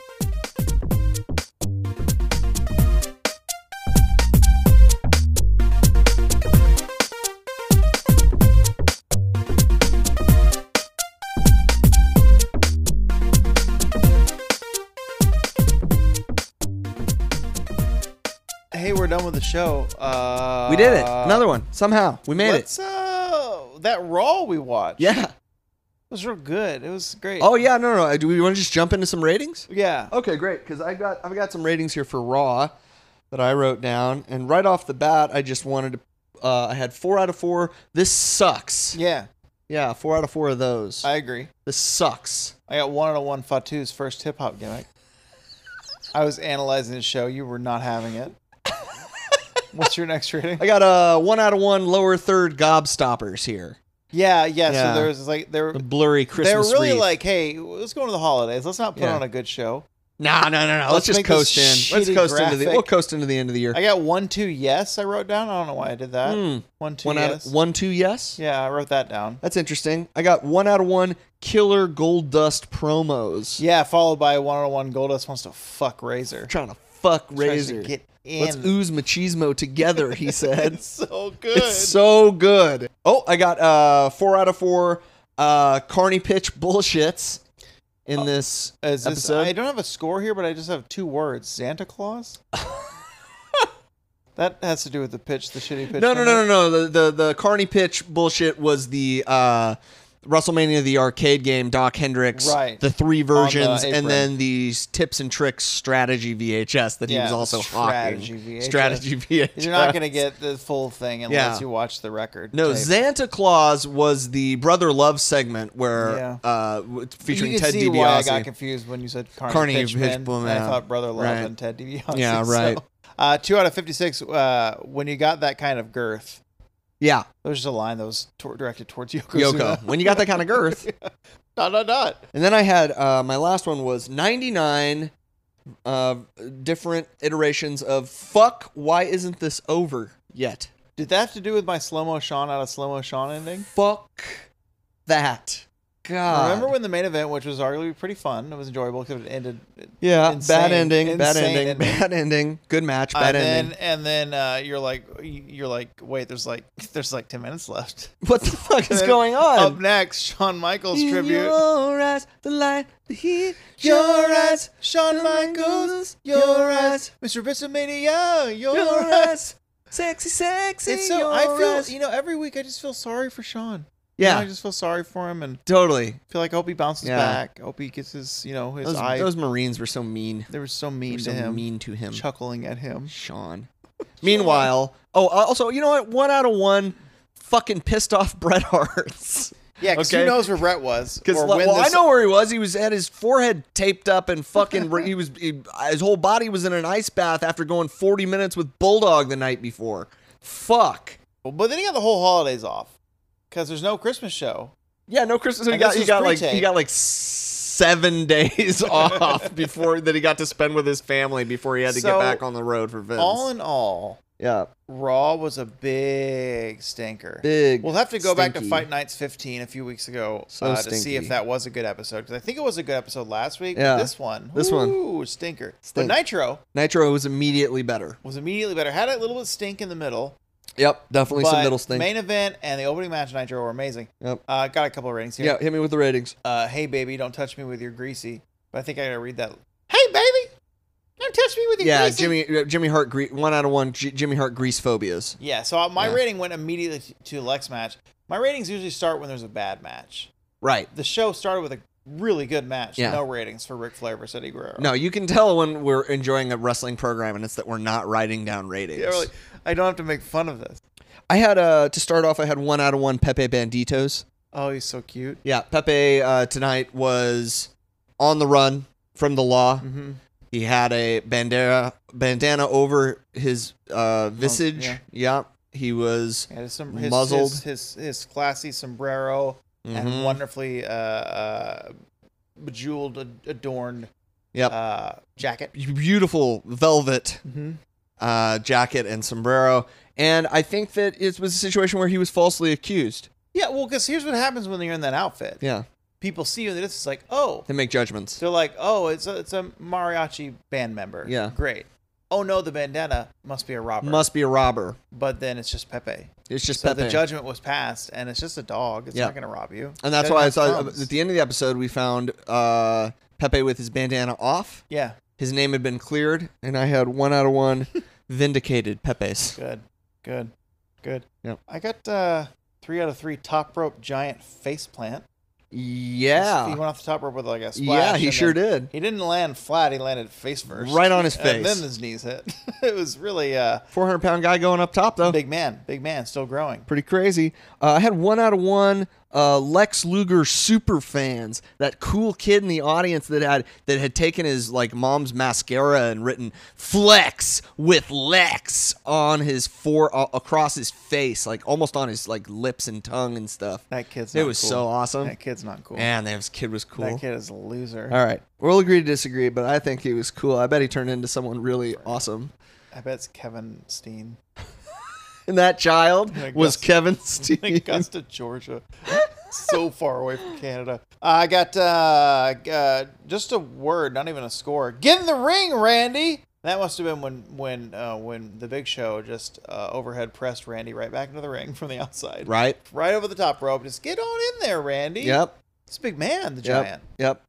[SPEAKER 1] Hey, we're done with the show. Uh,
[SPEAKER 3] We did it. Another one. Somehow we made it.
[SPEAKER 1] let's, Uh, that Raw we watched.
[SPEAKER 3] Yeah.
[SPEAKER 1] was real good. It was great.
[SPEAKER 3] Oh yeah. No no. no. Do we want to just jump into some ratings?
[SPEAKER 1] yeah.
[SPEAKER 3] Okay, great. Because I got I've got some ratings here for Raw that I wrote down, and right off the bat, I just wanted to. Uh, I had four out of four. This sucks.
[SPEAKER 1] Yeah,
[SPEAKER 3] Yeah, four out of four of those.
[SPEAKER 1] I agree.
[SPEAKER 3] this sucks.
[SPEAKER 1] I got one out of one Fatu's first hip hop gimmick. I was analyzing the show. You were not having it. What's your next rating?
[SPEAKER 3] uh, I got a one out of one lower third gobstoppers here.
[SPEAKER 1] Yeah, yeah.
[SPEAKER 3] Yeah.
[SPEAKER 1] So there was like they were
[SPEAKER 6] The blurry
[SPEAKER 1] they were
[SPEAKER 6] Christmas
[SPEAKER 1] really
[SPEAKER 6] wreath.
[SPEAKER 1] like, hey, let's go into the holidays. Let's not put
[SPEAKER 3] Yeah.
[SPEAKER 1] on a good show.
[SPEAKER 3] Nah, no, no, no. Let's,
[SPEAKER 1] Let's
[SPEAKER 3] just
[SPEAKER 1] make this
[SPEAKER 3] coast in. Let's
[SPEAKER 1] shitty
[SPEAKER 3] coast into the. We'll
[SPEAKER 1] graphic.
[SPEAKER 3] coast into the end of the year.
[SPEAKER 1] I got one, two, yes. I wrote down. I don't know why I did that.
[SPEAKER 3] Hmm.
[SPEAKER 1] One, two,
[SPEAKER 3] one
[SPEAKER 1] yes.
[SPEAKER 3] out of one, two, yes.
[SPEAKER 1] Yeah, I wrote that down.
[SPEAKER 3] That's interesting. I got one out of one killer gold dust promos.
[SPEAKER 1] Yeah, followed by one on one. Goldust wants to fuck Razor.
[SPEAKER 3] trying to fuck
[SPEAKER 1] Tries to
[SPEAKER 3] Razor.
[SPEAKER 1] get in.
[SPEAKER 3] Let's ooze machismo together, he said.
[SPEAKER 1] It's so good.
[SPEAKER 3] it's so good. Oh, I got uh four out of four uh carny pitch bullshits in
[SPEAKER 1] Uh,
[SPEAKER 3] this
[SPEAKER 1] Is this,
[SPEAKER 3] episode.
[SPEAKER 1] I don't have a score here, but I just have two words: Santa Claus. that has to do with the pitch, the shitty pitch.
[SPEAKER 3] No, no, no,
[SPEAKER 1] number.
[SPEAKER 3] no, no. The the the Carney pitch bullshit was the uh WrestleMania the arcade game Doc Hendricks
[SPEAKER 1] Right.
[SPEAKER 3] the three versions
[SPEAKER 1] apron.
[SPEAKER 3] and then these tips and tricks strategy VHS that he
[SPEAKER 1] Yeah,
[SPEAKER 3] was
[SPEAKER 1] the
[SPEAKER 3] also
[SPEAKER 1] strategy
[SPEAKER 3] hawking.
[SPEAKER 1] VHS.
[SPEAKER 3] Strategy VHS.
[SPEAKER 1] You're not gonna get the full thing unless
[SPEAKER 3] Yeah.
[SPEAKER 1] you watch the record.
[SPEAKER 3] No,
[SPEAKER 1] tape.
[SPEAKER 3] Santa Claus was the brother love segment where
[SPEAKER 1] Yeah.
[SPEAKER 3] uh w- featuring
[SPEAKER 1] you can
[SPEAKER 3] Ted
[SPEAKER 1] see why I
[SPEAKER 3] DiBiase.
[SPEAKER 1] got confused when you said Carney,
[SPEAKER 3] Carney
[SPEAKER 1] Pitchman.
[SPEAKER 3] Pitchman,
[SPEAKER 1] and I
[SPEAKER 3] yeah.
[SPEAKER 1] thought Brother Love
[SPEAKER 3] Right.
[SPEAKER 1] and Ted DiBiase.
[SPEAKER 3] Yeah,
[SPEAKER 1] so,
[SPEAKER 3] right.
[SPEAKER 1] uh, two out of fifty-six. Uh, when you got that kind of girth,
[SPEAKER 3] yeah,
[SPEAKER 1] there was just a line that was tor- directed towards Yokozuna.
[SPEAKER 3] Yoko. when you got that kind of girth.
[SPEAKER 1] dot dot dot.
[SPEAKER 3] And then I had uh, my last one was 99 uh, different iterations of fuck, why isn't this over yet?
[SPEAKER 1] Did that have to do with my slow mo Sean out of slow mo Sean ending?
[SPEAKER 3] Fuck that. God.
[SPEAKER 1] Remember when the main event, which was arguably pretty fun, it was enjoyable because it ended.
[SPEAKER 3] Yeah,
[SPEAKER 1] Insane-
[SPEAKER 3] bad ending, bad
[SPEAKER 1] insane
[SPEAKER 3] ending,
[SPEAKER 1] ending.
[SPEAKER 3] bad ending. Good match,
[SPEAKER 1] and
[SPEAKER 3] bad ending.
[SPEAKER 1] then and then uh, you're like you're like wait there's like there's like ten minutes left.
[SPEAKER 3] what the fuck is
[SPEAKER 1] Then
[SPEAKER 3] going
[SPEAKER 1] Up
[SPEAKER 3] on?
[SPEAKER 1] next, Shawn Michaels
[SPEAKER 3] In
[SPEAKER 1] tribute.
[SPEAKER 3] Your eyes, the light, the heat, your eyes,
[SPEAKER 1] Shawn
[SPEAKER 3] Michaels, your eyes,
[SPEAKER 1] Mr. WrestleMania, your,
[SPEAKER 3] your
[SPEAKER 1] eyes.
[SPEAKER 3] eyes. Sexy, sexy.
[SPEAKER 1] It's so
[SPEAKER 3] your
[SPEAKER 1] I feel
[SPEAKER 3] eyes.
[SPEAKER 1] you know every week I just feel sorry for Sean. You know,
[SPEAKER 3] Yeah,
[SPEAKER 1] I just feel sorry for him and
[SPEAKER 3] totally.
[SPEAKER 1] feel like I hope he bounces
[SPEAKER 3] Yeah.
[SPEAKER 1] back. I hope he gets his you know his
[SPEAKER 3] Those,
[SPEAKER 1] eye.
[SPEAKER 3] those Marines were so mean.
[SPEAKER 1] they were so mean
[SPEAKER 3] They were
[SPEAKER 1] to
[SPEAKER 3] so
[SPEAKER 1] him,
[SPEAKER 3] mean to him.
[SPEAKER 1] chuckling at him.
[SPEAKER 3] Sean. Meanwhile, oh, also, you know what? One out of one fucking pissed off Bret Hart's.
[SPEAKER 1] Yeah, because
[SPEAKER 3] Okay.
[SPEAKER 1] who knows where Brett was?
[SPEAKER 3] Because
[SPEAKER 1] or when
[SPEAKER 3] well, I
[SPEAKER 1] this-
[SPEAKER 3] know where he was. He was had his forehead taped up and fucking. he was he, his whole body was in an ice bath after going 40 minutes with Bulldog the night before. Fuck.
[SPEAKER 1] But then he got the whole holidays off because there's no Christmas show.
[SPEAKER 3] Yeah, no Christmas. So he
[SPEAKER 1] And
[SPEAKER 3] got
[SPEAKER 1] this
[SPEAKER 3] he
[SPEAKER 1] was
[SPEAKER 3] got like
[SPEAKER 1] pre-tape.
[SPEAKER 3] he got like seven days off before that he got to spend with his family before he had to get
[SPEAKER 1] So,
[SPEAKER 3] back on the road for Vince.
[SPEAKER 1] All in all,
[SPEAKER 3] yeah,
[SPEAKER 1] Raw was a big stinker.
[SPEAKER 3] big.
[SPEAKER 1] We'll have to go back to
[SPEAKER 3] stinky.
[SPEAKER 1] Fight Nights 15 a few weeks ago
[SPEAKER 3] So
[SPEAKER 1] uh, to see
[SPEAKER 3] stinky.
[SPEAKER 1] if that was a good episode because I think it was a good episode last week.
[SPEAKER 3] Yeah.
[SPEAKER 1] But this one,
[SPEAKER 3] This one.
[SPEAKER 1] ooh, stinker.
[SPEAKER 3] Stink.
[SPEAKER 1] But Nitro
[SPEAKER 3] Nitro was immediately better.
[SPEAKER 1] was immediately better. Had a little bit of stink in the middle,
[SPEAKER 3] Yep, definitely
[SPEAKER 1] but
[SPEAKER 3] some middle stink.
[SPEAKER 1] main event and the opening match of Nitro were amazing.
[SPEAKER 3] Yep.
[SPEAKER 1] Uh, got a couple of ratings here.
[SPEAKER 3] Yeah, hit me with the ratings.
[SPEAKER 1] uh, hey baby, don't touch me with your greasy. But I think I gotta read that. Hey baby, don't touch me with your
[SPEAKER 3] Yeah,
[SPEAKER 1] greasy.
[SPEAKER 3] Jimmy uh, Jimmy Hart gre- one out of one G- Jimmy Hart grease phobias.
[SPEAKER 1] Yeah, so uh, my
[SPEAKER 3] Yeah.
[SPEAKER 1] rating went immediately t- to Lex match. My ratings usually start when there's a bad match.
[SPEAKER 3] Right.
[SPEAKER 1] The show started with a really good match.
[SPEAKER 3] Yeah.
[SPEAKER 1] No ratings for Ric Flair versus Eddie Guerrero.
[SPEAKER 3] No, you can tell when we're enjoying a wrestling program and it's that we're not writing down ratings.
[SPEAKER 1] Yeah, really, I don't have to make fun of this.
[SPEAKER 3] I had uh to start off I had one out of one Pepe Banditos.
[SPEAKER 1] Oh, he's so cute.
[SPEAKER 3] Yeah, Pepe uh, tonight was on the run from the law.
[SPEAKER 1] Mm-hmm.
[SPEAKER 3] He had a bandera bandana over his uh visage.
[SPEAKER 1] yeah.
[SPEAKER 3] yeah. He was
[SPEAKER 1] And his, som- his,
[SPEAKER 3] Muzzled.
[SPEAKER 1] his his his classy sombrero
[SPEAKER 3] mhm.
[SPEAKER 1] and wonderfully uh, uh, bejeweled ad- adorned
[SPEAKER 3] Yep.
[SPEAKER 1] uh, jacket.
[SPEAKER 3] beautiful velvet
[SPEAKER 1] Mhm.
[SPEAKER 3] uh, jacket and sombrero. And I think that it was a situation where he was falsely accused.
[SPEAKER 1] Yeah, well, because here's what happens when you're in that outfit.
[SPEAKER 3] Yeah.
[SPEAKER 1] People see you and it's like, oh,
[SPEAKER 3] To make judgments.
[SPEAKER 1] They're like, oh, it's a, it's a mariachi band member.
[SPEAKER 3] Yeah.
[SPEAKER 1] Great. Oh no, the bandana must be a robber.
[SPEAKER 3] Must be a robber.
[SPEAKER 1] But then it's just Pepe.
[SPEAKER 3] It's just
[SPEAKER 1] so
[SPEAKER 3] Pepe.
[SPEAKER 1] the judgment was passed, and it's just a dog. It's
[SPEAKER 3] Yeah.
[SPEAKER 1] not going to rob you.
[SPEAKER 3] and that's
[SPEAKER 1] Doesn't
[SPEAKER 3] why I
[SPEAKER 1] have
[SPEAKER 3] saw uh,
[SPEAKER 1] thumbs.
[SPEAKER 3] at the end of the episode, we found uh, Pepe with his bandana off.
[SPEAKER 1] Yeah.
[SPEAKER 3] His name had been cleared, and I had one out of one vindicated Pepe's.
[SPEAKER 1] Good. Good. Good.
[SPEAKER 3] Yep.
[SPEAKER 1] I got uh, three out of three top rope giant face plant. He
[SPEAKER 3] Yeah.
[SPEAKER 1] went off the top rope with like a splash.
[SPEAKER 3] Yeah, he
[SPEAKER 1] and
[SPEAKER 3] sure
[SPEAKER 1] then-
[SPEAKER 3] did.
[SPEAKER 1] He didn't land flat. He landed face first.
[SPEAKER 3] Right on his
[SPEAKER 1] And then
[SPEAKER 3] face.
[SPEAKER 1] his knees hit. it was really uh,
[SPEAKER 3] 400 pound guy going up top, though.
[SPEAKER 1] big man. Big man. Still growing.
[SPEAKER 3] Pretty crazy. Uh, I had one out of one uh, Lex Luger super fans, that cool kid in the audience that had that had taken his like mom's mascara and written "flex" with Lex on his fore uh, across his face, like almost on his like lips and tongue and stuff.
[SPEAKER 1] That kid's.
[SPEAKER 3] it
[SPEAKER 1] not
[SPEAKER 3] was
[SPEAKER 1] cool.
[SPEAKER 3] so awesome.
[SPEAKER 1] That kid's not cool.
[SPEAKER 3] Man, that was- kid was cool.
[SPEAKER 1] That kid is a loser.
[SPEAKER 3] All right, we'll agree to disagree, but I think he was cool. I bet he turned into someone really awesome.
[SPEAKER 1] I bet it's Kevin Steen.
[SPEAKER 3] And that child
[SPEAKER 1] Like
[SPEAKER 3] was
[SPEAKER 1] Gus-
[SPEAKER 3] Kevin Steen.
[SPEAKER 1] Augusta, Georgia. so far away from Canada. I got uh, uh, just a word, not even a score. Get in the ring, Randy. That must have been when when uh, when the Big Show just uh, overhead pressed Randy right back into the ring from the outside,
[SPEAKER 3] Right?
[SPEAKER 1] right over the top rope. Just get on in there, Randy.
[SPEAKER 3] Yep.
[SPEAKER 1] it's big man, the
[SPEAKER 3] Yep.
[SPEAKER 1] giant.
[SPEAKER 3] Yep.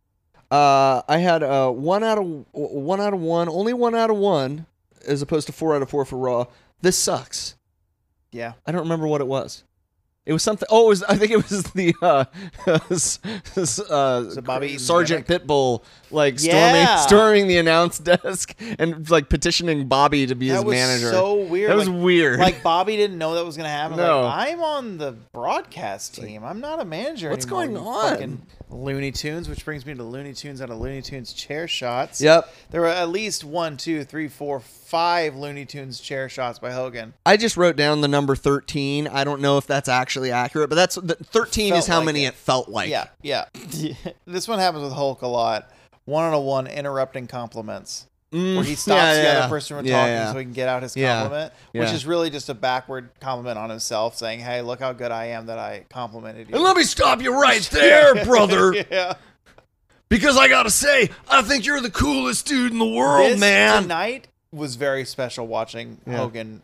[SPEAKER 3] Uh, I had uh, one out of one out of one, only one out of one, as opposed to four out of four for Raw. This sucks.
[SPEAKER 1] Yeah,
[SPEAKER 3] I don't remember what it was. It was something. Oh, it was. I think it was the uh, s- s- uh,
[SPEAKER 1] it Bobby Eaton's
[SPEAKER 3] Sergeant Pitbull like storming
[SPEAKER 1] Yeah.
[SPEAKER 3] storming the announce desk and like petitioning Bobby to be
[SPEAKER 1] that
[SPEAKER 3] his
[SPEAKER 1] was
[SPEAKER 3] manager.
[SPEAKER 1] so weird.
[SPEAKER 3] That was
[SPEAKER 1] like,
[SPEAKER 3] weird.
[SPEAKER 1] Like Bobby didn't know that was gonna happen.
[SPEAKER 3] No.
[SPEAKER 1] Like, I'm on the broadcast team. I'm not a manager.
[SPEAKER 3] What's
[SPEAKER 1] anymore,
[SPEAKER 3] going
[SPEAKER 1] you
[SPEAKER 3] on?
[SPEAKER 1] fucking Looney Tunes, which brings me to Looney Tunes out of Looney Tunes chair shots.
[SPEAKER 3] yep.
[SPEAKER 1] There were at least one, two, three, four, five Looney Tunes chair shots by Hogan.
[SPEAKER 3] I just wrote down the number 13. I don't know if that's actually accurate, but that's the, 13
[SPEAKER 1] Felt
[SPEAKER 3] is how
[SPEAKER 1] like
[SPEAKER 3] many
[SPEAKER 1] it.
[SPEAKER 3] it. felt like.
[SPEAKER 1] Yeah, yeah. this one happens with Hulk a lot. One on one interrupting compliments.
[SPEAKER 3] Mm,
[SPEAKER 1] Where he stops
[SPEAKER 3] yeah,
[SPEAKER 1] the
[SPEAKER 3] yeah.
[SPEAKER 1] other person from
[SPEAKER 3] Yeah,
[SPEAKER 1] talking
[SPEAKER 3] yeah.
[SPEAKER 1] so he can get out his
[SPEAKER 3] Yeah.
[SPEAKER 1] compliment, which
[SPEAKER 3] Yeah.
[SPEAKER 1] is really just a backward compliment on himself, saying, "Hey, look how good I am that I complimented you."
[SPEAKER 5] And let me stop you right there, brother,
[SPEAKER 1] yeah.
[SPEAKER 5] because I gotta say, I think you're the coolest dude in the world,
[SPEAKER 1] this
[SPEAKER 5] man.
[SPEAKER 1] Tonight was very special watching
[SPEAKER 3] Yeah.
[SPEAKER 1] Hogan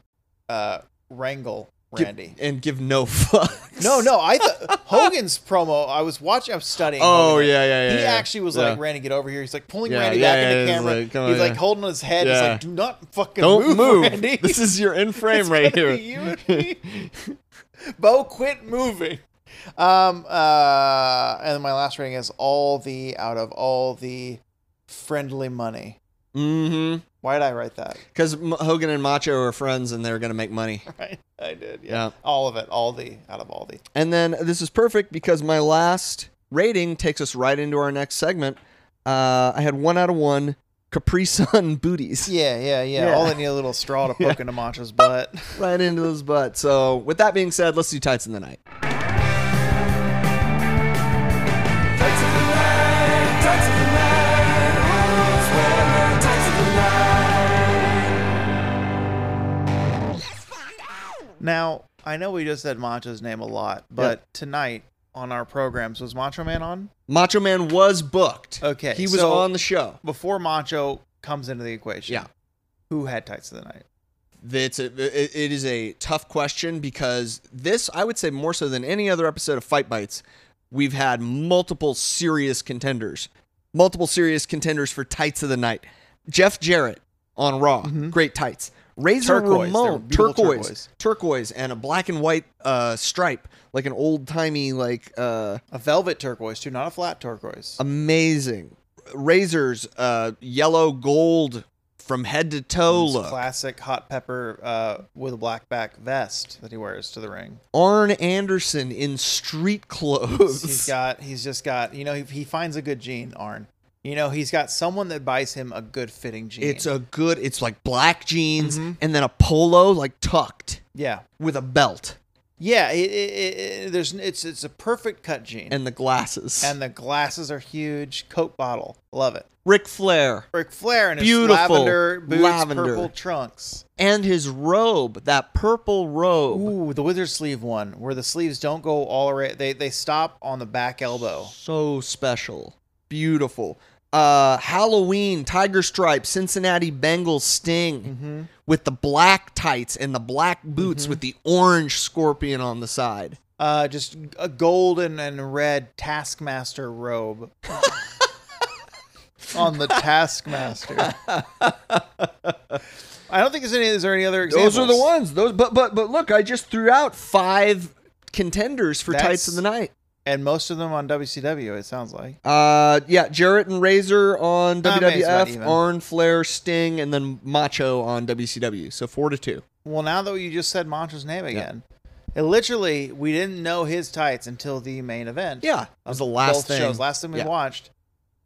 [SPEAKER 1] uh, wrangle
[SPEAKER 3] Give-
[SPEAKER 1] Randy.
[SPEAKER 3] and give no fucks.
[SPEAKER 1] no, no, I thought Hogan's promo. I was watching. I was studying.
[SPEAKER 3] Oh,
[SPEAKER 1] Hogan.
[SPEAKER 3] yeah, yeah, yeah.
[SPEAKER 1] He
[SPEAKER 3] yeah.
[SPEAKER 1] actually was
[SPEAKER 3] Yeah.
[SPEAKER 1] like, "Randy, get over here." He's like pulling
[SPEAKER 3] Yeah,
[SPEAKER 1] Randy
[SPEAKER 3] yeah,
[SPEAKER 1] back
[SPEAKER 3] yeah,
[SPEAKER 1] into
[SPEAKER 3] he's
[SPEAKER 1] camera.
[SPEAKER 3] like, come
[SPEAKER 1] he's
[SPEAKER 3] on,
[SPEAKER 1] like
[SPEAKER 3] yeah.
[SPEAKER 1] holding his head.
[SPEAKER 3] Yeah.
[SPEAKER 1] He's like, "Do not fucking
[SPEAKER 3] Don't
[SPEAKER 1] move,
[SPEAKER 3] move.
[SPEAKER 1] Randy."
[SPEAKER 3] This is your in frame
[SPEAKER 1] It's
[SPEAKER 3] right
[SPEAKER 1] gonna
[SPEAKER 3] here.
[SPEAKER 1] be you and me. Bo, quit moving. Um, uh, and then my last rating is all the out of all the friendly money.
[SPEAKER 3] Mm-hmm.
[SPEAKER 1] Why did I write that?
[SPEAKER 3] Because Hogan and Macho are friends, and they're gonna make money.
[SPEAKER 1] Right, I did. Yeah.
[SPEAKER 3] Yeah.
[SPEAKER 1] all of it, all the out of all the.
[SPEAKER 3] And then this is perfect because my last rating takes us right into our next segment. Uh, I had one out of one Capri Sun booties
[SPEAKER 1] Yeah, yeah, yeah.
[SPEAKER 3] Yeah.
[SPEAKER 1] All they need a little straw to poke into Macho's butt.
[SPEAKER 3] right into those butts. So with that being said, let's do tights in the night.
[SPEAKER 4] Tights of the night, tights of the night. Always wear tights of the night.
[SPEAKER 1] now I know we just said Macho's name a lot, but tonight on our programs was Macho Man on
[SPEAKER 3] Macho Man was booked.
[SPEAKER 1] Okay,
[SPEAKER 3] he was
[SPEAKER 1] so-
[SPEAKER 3] on the show.
[SPEAKER 1] before Macho comes into the equation.
[SPEAKER 3] Yeah.
[SPEAKER 1] who had tights of the night?
[SPEAKER 3] It's a, it it is a tough question because this, I would say, more so than any other episode of Fight Bites, we've had multiple serious contenders, multiple serious contenders for tights of the night. Jeff Jarrett on Raw, great tights. Razor
[SPEAKER 1] Turquoise, they were
[SPEAKER 3] Ramon,
[SPEAKER 1] beautiful
[SPEAKER 3] Mm-hmm. turquoise,
[SPEAKER 1] turquoise.
[SPEAKER 3] turquoise, and a black and white uh, stripe, like an old timey, like uh,
[SPEAKER 1] A velvet turquoise too, not a flat turquoise.
[SPEAKER 3] amazing. Razor's uh, yellow gold from head to toe
[SPEAKER 1] His
[SPEAKER 3] look.
[SPEAKER 1] Classic hot pepper uh, with a black back vest that he wears to the ring.
[SPEAKER 3] Arn Anderson in street clothes.
[SPEAKER 1] He's got, he's just got, you know, he, he finds a good jean, Arn. You know, he's got someone that buys him a good fitting jean.
[SPEAKER 3] it's a good, it's like black jeans and then a polo, like tucked
[SPEAKER 1] yeah,
[SPEAKER 3] with a belt
[SPEAKER 1] yeah. It, it, it, it- there's it's it's a perfect cut jean, and,
[SPEAKER 3] and the glasses. And
[SPEAKER 1] the glasses are huge. Coke bottle, love it.
[SPEAKER 3] Ric Flair
[SPEAKER 1] Ric Flair and his
[SPEAKER 3] Beautiful
[SPEAKER 1] lavender boots,
[SPEAKER 3] lavender.
[SPEAKER 1] purple trunks.
[SPEAKER 3] and his robe, that purple robe.
[SPEAKER 1] Ooh, the wizard sleeve one, where the sleeves don't go all around. They they stop on the back elbow.
[SPEAKER 3] So special. Beautiful. Uh, Halloween, Tiger Stripe, Cincinnati Bengals Sting with the black tights and the black boots with the orange scorpion on the side.
[SPEAKER 1] Uh, just a golden and red Taskmaster robe on the Taskmaster. I don't think there's any. Is there any other examples?
[SPEAKER 3] Those are the ones. Those, but but but look, I just threw out five contenders for
[SPEAKER 1] That's-
[SPEAKER 3] tights of the night.
[SPEAKER 1] and most of them on WCW. It sounds like.
[SPEAKER 3] Uh, yeah, Jarrett and Razor on
[SPEAKER 1] I may as well
[SPEAKER 3] WWF,
[SPEAKER 1] even.
[SPEAKER 3] Arn, Flair, Sting, and then Macho on WCW. So four to two.
[SPEAKER 1] Well, now that you just said Macho's name again, And literally, we didn't know his tights until the main event.
[SPEAKER 3] Yeah. It was the last
[SPEAKER 1] Both
[SPEAKER 3] thing.
[SPEAKER 1] shows, last thing we
[SPEAKER 3] Yeah.
[SPEAKER 1] watched.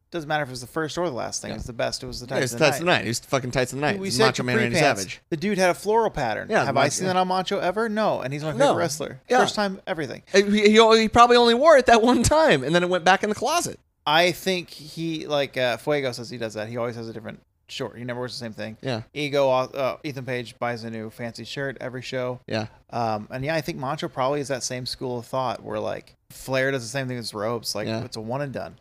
[SPEAKER 1] Doesn't matter if it was the first or the last thing.
[SPEAKER 3] Yeah.
[SPEAKER 1] It's the best. It was the
[SPEAKER 3] Yeah,
[SPEAKER 1] tights.
[SPEAKER 3] it's
[SPEAKER 1] of the
[SPEAKER 3] Tights of
[SPEAKER 1] night.
[SPEAKER 3] the Night. It's fucking Tights of the Night.
[SPEAKER 1] We
[SPEAKER 3] It's
[SPEAKER 1] said
[SPEAKER 3] Macho Man
[SPEAKER 1] capri
[SPEAKER 3] Randy
[SPEAKER 1] pants.
[SPEAKER 3] Savage.
[SPEAKER 1] The dude had a floral pattern.
[SPEAKER 3] Yeah,
[SPEAKER 1] Have
[SPEAKER 3] Macho-
[SPEAKER 1] I seen that on Macho ever? No. And he's my favorite
[SPEAKER 3] No.
[SPEAKER 1] wrestler.
[SPEAKER 3] Yeah.
[SPEAKER 1] First time, everything.
[SPEAKER 3] Uh, He, he, he probably only wore it that one time, and then it went back in the closet.
[SPEAKER 1] I think he like uh, Fuego says he does that. He always has a different short. He never wears the same thing.
[SPEAKER 3] Yeah.
[SPEAKER 1] Ego uh, Ethan Page buys a new fancy shirt every show.
[SPEAKER 3] Yeah.
[SPEAKER 1] Um, and yeah, I think Macho probably is that same school of thought where like Flair does the same thing as ropes, like
[SPEAKER 3] Yeah.
[SPEAKER 1] it's a one and done,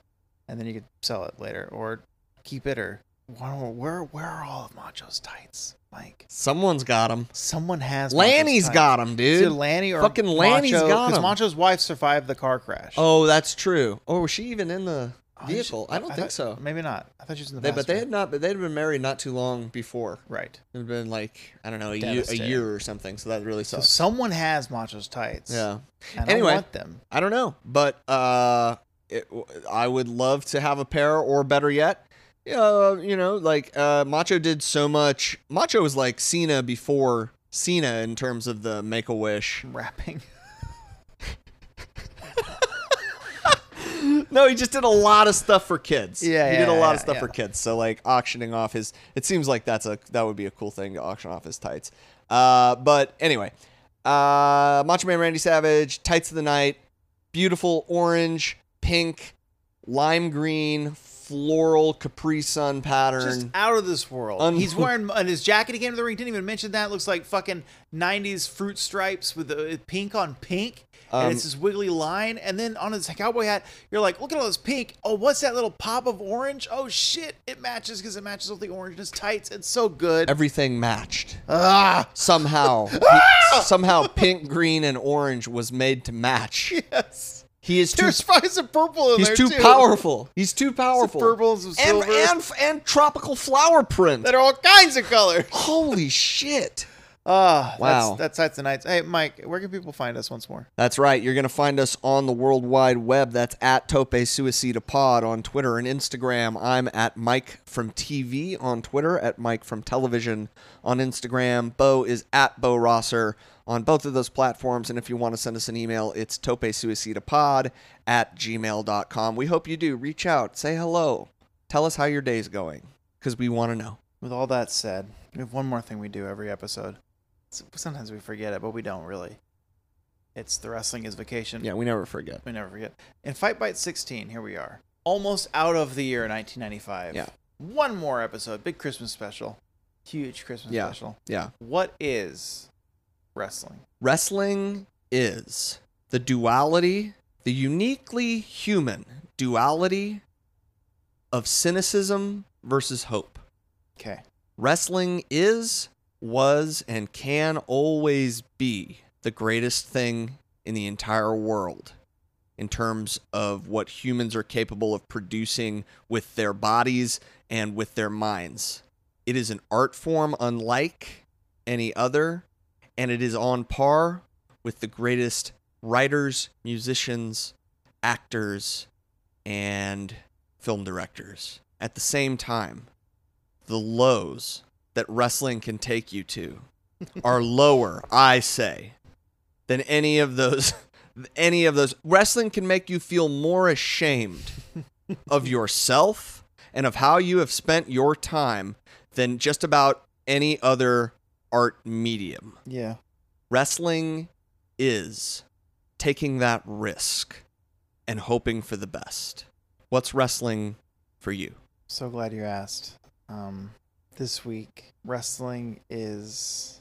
[SPEAKER 1] and then you could sell it later or keep it or where where, where are all of Macho's tights? Like
[SPEAKER 3] Someone's got him.
[SPEAKER 1] someone has
[SPEAKER 3] Lanny's got him,
[SPEAKER 1] Either
[SPEAKER 3] dude.
[SPEAKER 1] Lanny or
[SPEAKER 3] Fucking Lanny's
[SPEAKER 1] Macho,
[SPEAKER 3] got
[SPEAKER 1] 'cause
[SPEAKER 3] 'em.
[SPEAKER 1] Macho's wife survived the car crash.
[SPEAKER 3] Oh, that's true. Or was she even in the
[SPEAKER 1] Oh, she-
[SPEAKER 3] vehicle? I don't think
[SPEAKER 1] thought-
[SPEAKER 3] so.
[SPEAKER 1] Maybe not. I thought she was in the.
[SPEAKER 3] They, but
[SPEAKER 1] passenger.
[SPEAKER 3] they had not. But they'd been married not too long before.
[SPEAKER 1] right.
[SPEAKER 3] It had been like I don't know a year, a
[SPEAKER 1] Devastating.
[SPEAKER 3] year or something. So that really
[SPEAKER 1] So
[SPEAKER 3] sucks.
[SPEAKER 1] someone has Macho's tights.
[SPEAKER 3] yeah.
[SPEAKER 1] And
[SPEAKER 3] Anyway.
[SPEAKER 1] I want them.
[SPEAKER 3] I don't know, but uh, it, I would love to have a pair, or better yet, uh, you know, like uh, Macho did so much. Macho was like Cena before Cena in terms of the Make a Wish.
[SPEAKER 1] Wrapping.
[SPEAKER 3] No, he just did a lot of stuff for kids.
[SPEAKER 1] Yeah,
[SPEAKER 3] he
[SPEAKER 1] yeah,
[SPEAKER 3] did a lot
[SPEAKER 1] yeah,
[SPEAKER 3] of stuff
[SPEAKER 1] yeah.
[SPEAKER 3] for kids. So like auctioning off his. It seems like that's a that would be a cool thing to auction off his tights. Uh, but anyway, uh, Macho Man Randy Savage tights of the night, beautiful orange, pink, lime green, floral Capri Sun
[SPEAKER 1] Just
[SPEAKER 3] pattern.
[SPEAKER 1] out of this world.
[SPEAKER 3] Un-
[SPEAKER 1] He's wearing and his jacket he came to the ring. Didn't even mention that. Looks like fucking '90s fruit stripes with the with pink on pink,
[SPEAKER 3] Um,
[SPEAKER 1] and it's this wiggly line. And then on his cowboy hat, you're like, look at all this pink. Oh, what's that little pop of orange? Oh shit, it matches because it matches with the orange in his tights. It's so good.
[SPEAKER 3] Everything matched
[SPEAKER 1] ah,
[SPEAKER 3] somehow. somehow, pink, green, and orange was made to match.
[SPEAKER 1] yes.
[SPEAKER 3] He is too.
[SPEAKER 1] There's probably some purple in
[SPEAKER 3] He's
[SPEAKER 1] there
[SPEAKER 3] too, powerful. He's too
[SPEAKER 1] Some
[SPEAKER 3] powerful.
[SPEAKER 1] purple and some
[SPEAKER 3] and
[SPEAKER 1] silver
[SPEAKER 3] and, f- and tropical flower print.
[SPEAKER 1] that are all kinds of colors.
[SPEAKER 3] Holy shit!
[SPEAKER 1] Ah,
[SPEAKER 3] Wow.
[SPEAKER 1] That's, that's Tights and Nights. Hey, Mike, where can people find us once more?
[SPEAKER 3] That's right. You're gonna find us on the World Wide Web. That's at Tope Suicida Pod on Twitter and Instagram. I'm at Mike from TV on Twitter, at Mike from Television on Instagram. Bo is at Bo Rosser on both of those platforms. And if you want to send us an email, it's topesuicidapod at gmail.com. We hope you do. Reach out, say hello, tell us how your day's going, because we want to know.
[SPEAKER 1] With all that said, we have one more thing we do every episode. S- Sometimes we forget it, but we don't really. It's the wrestling is vacation.
[SPEAKER 3] Yeah, we never forget.
[SPEAKER 1] We never forget. In Fight Bite 16, here we are. Almost out of the year 1995.
[SPEAKER 3] Yeah.
[SPEAKER 1] One more episode. Big Christmas special. Huge Christmas
[SPEAKER 3] Yeah.
[SPEAKER 1] special.
[SPEAKER 3] Yeah.
[SPEAKER 1] What is wrestling?
[SPEAKER 3] Wrestling is the duality, the uniquely human duality of cynicism versus hope.
[SPEAKER 1] Okay.
[SPEAKER 3] Wrestling is, was, and can always be the greatest thing in the entire world in terms of what humans are capable of producing with their bodies and with their minds. It is an art form unlike any other, and it is on par with the greatest writers, musicians, actors, and film directors. At the same time, the lows that wrestling can take you to are lower, I say, than any of those any of those wrestling can make you feel more ashamed of yourself and of how you have spent your time than just about any other art medium.
[SPEAKER 1] Yeah.
[SPEAKER 3] Wrestling is taking that risk and hoping for the best. What's wrestling for you?
[SPEAKER 1] So glad you asked. Um, this week, wrestling is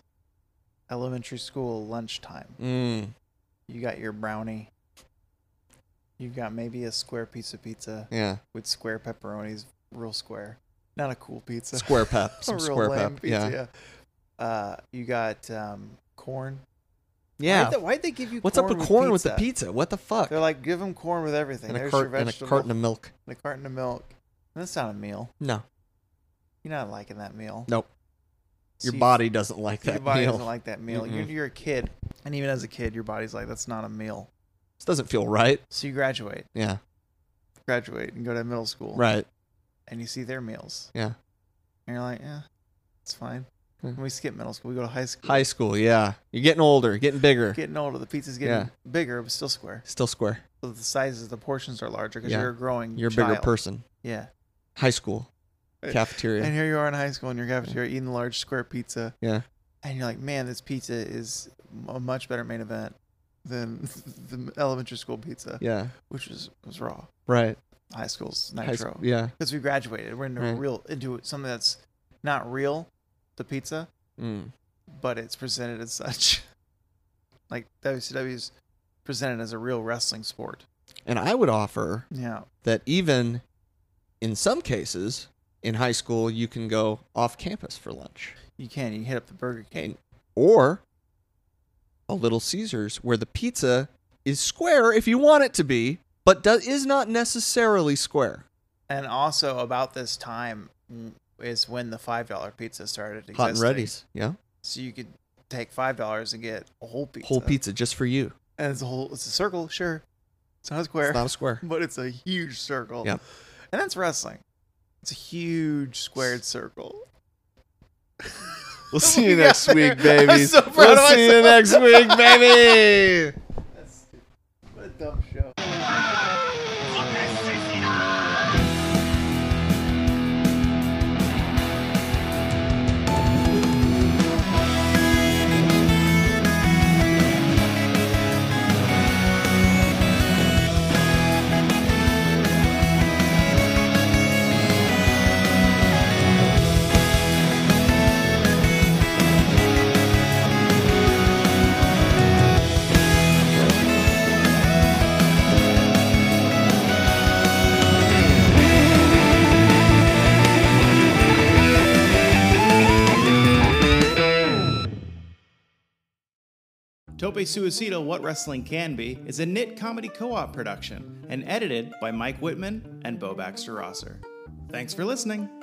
[SPEAKER 1] elementary school lunchtime.
[SPEAKER 3] Mm.
[SPEAKER 1] You got your brownie. You've got maybe a square piece of pizza
[SPEAKER 3] Yeah.
[SPEAKER 1] with square pepperonis, real square. Not a cool pizza.
[SPEAKER 3] Square pep.
[SPEAKER 1] A
[SPEAKER 3] Some
[SPEAKER 1] real
[SPEAKER 3] square
[SPEAKER 1] lame
[SPEAKER 3] pep. Yeah.
[SPEAKER 1] yeah. Uh, you got um, corn.
[SPEAKER 3] Yeah.
[SPEAKER 1] Why'd they, why'd they give you
[SPEAKER 3] What's
[SPEAKER 1] corn
[SPEAKER 3] up with corn with the pizza? What the fuck?
[SPEAKER 1] They're like, give them corn with everything.
[SPEAKER 3] and, a
[SPEAKER 1] There's
[SPEAKER 3] cart-
[SPEAKER 1] your
[SPEAKER 3] and a
[SPEAKER 1] vegetable.
[SPEAKER 3] carton of milk.
[SPEAKER 1] and a carton of milk. That's not a meal.
[SPEAKER 3] No.
[SPEAKER 1] You're not liking that meal.
[SPEAKER 3] Nope. Your
[SPEAKER 1] See,
[SPEAKER 3] body doesn't like
[SPEAKER 1] Your
[SPEAKER 3] that
[SPEAKER 1] body
[SPEAKER 3] meal.
[SPEAKER 1] doesn't like that meal. You're,
[SPEAKER 3] Mm-mm.
[SPEAKER 1] you're a kid, and even as a kid, your body's like, that's not a meal.
[SPEAKER 3] This doesn't feel right.
[SPEAKER 1] So you graduate,
[SPEAKER 3] Yeah.
[SPEAKER 1] graduate, and go to middle school,
[SPEAKER 3] Right.
[SPEAKER 1] and you see their meals.
[SPEAKER 3] Yeah.
[SPEAKER 1] And you're like, yeah, it's fine. When we skip middle school, we go to high school.
[SPEAKER 3] High school, yeah. You're getting older, getting bigger.
[SPEAKER 1] Getting older, the pizza's getting
[SPEAKER 3] Yeah.
[SPEAKER 1] bigger, but still square.
[SPEAKER 3] Still square.
[SPEAKER 1] So the sizes, the portions are larger because
[SPEAKER 3] Yeah.
[SPEAKER 1] you're a growing.
[SPEAKER 3] You're a
[SPEAKER 1] child.
[SPEAKER 3] bigger person.
[SPEAKER 1] Yeah.
[SPEAKER 3] High school, cafeteria.
[SPEAKER 1] And here you are in high school in your cafeteria eating a large square pizza,
[SPEAKER 3] yeah.
[SPEAKER 1] and you're like, man, this pizza is a much better main event than the elementary school pizza,
[SPEAKER 3] Yeah.
[SPEAKER 1] which was was raw.
[SPEAKER 3] Right.
[SPEAKER 1] High school's
[SPEAKER 3] High
[SPEAKER 1] nitro.
[SPEAKER 3] school. Yeah.
[SPEAKER 1] Because we graduated, we're into
[SPEAKER 3] Right.
[SPEAKER 1] real into something that's not real, the pizza,
[SPEAKER 3] Mm.
[SPEAKER 1] but it's presented as such. Like WCW's presented as a real wrestling sport.
[SPEAKER 3] And I would offer
[SPEAKER 1] Yeah.
[SPEAKER 3] that even in some cases in high school, you can go off campus for lunch
[SPEAKER 1] You can. You can hit up the Burger King.
[SPEAKER 3] or a Little Caesars where the pizza is square if you want it to be, but do- is not necessarily square.
[SPEAKER 1] And also about this time mm, is when the five dollar pizza started existing.
[SPEAKER 3] Hot and ready's. Yeah.
[SPEAKER 1] So you could take five dollars and get a whole pizza.
[SPEAKER 3] Whole pizza just for you.
[SPEAKER 1] And it's a whole. It's a circle, sure. It's not a square,
[SPEAKER 3] It's not a square.
[SPEAKER 1] but it's a huge circle.
[SPEAKER 3] Yep.
[SPEAKER 1] And that's wrestling. It's a huge squared circle.
[SPEAKER 5] We'll see
[SPEAKER 1] We
[SPEAKER 5] you
[SPEAKER 1] got
[SPEAKER 5] next
[SPEAKER 1] there.
[SPEAKER 5] week,
[SPEAKER 1] I'm
[SPEAKER 5] baby.
[SPEAKER 1] so proud
[SPEAKER 5] we'll
[SPEAKER 1] of
[SPEAKER 5] see you next week, baby.
[SPEAKER 1] What a dumb show.
[SPEAKER 6] Tope Suicido What Wrestling Can Be is a knit comedy co op production and edited by Mike Whitman and Bo Baxter Rosser. Thanks for listening.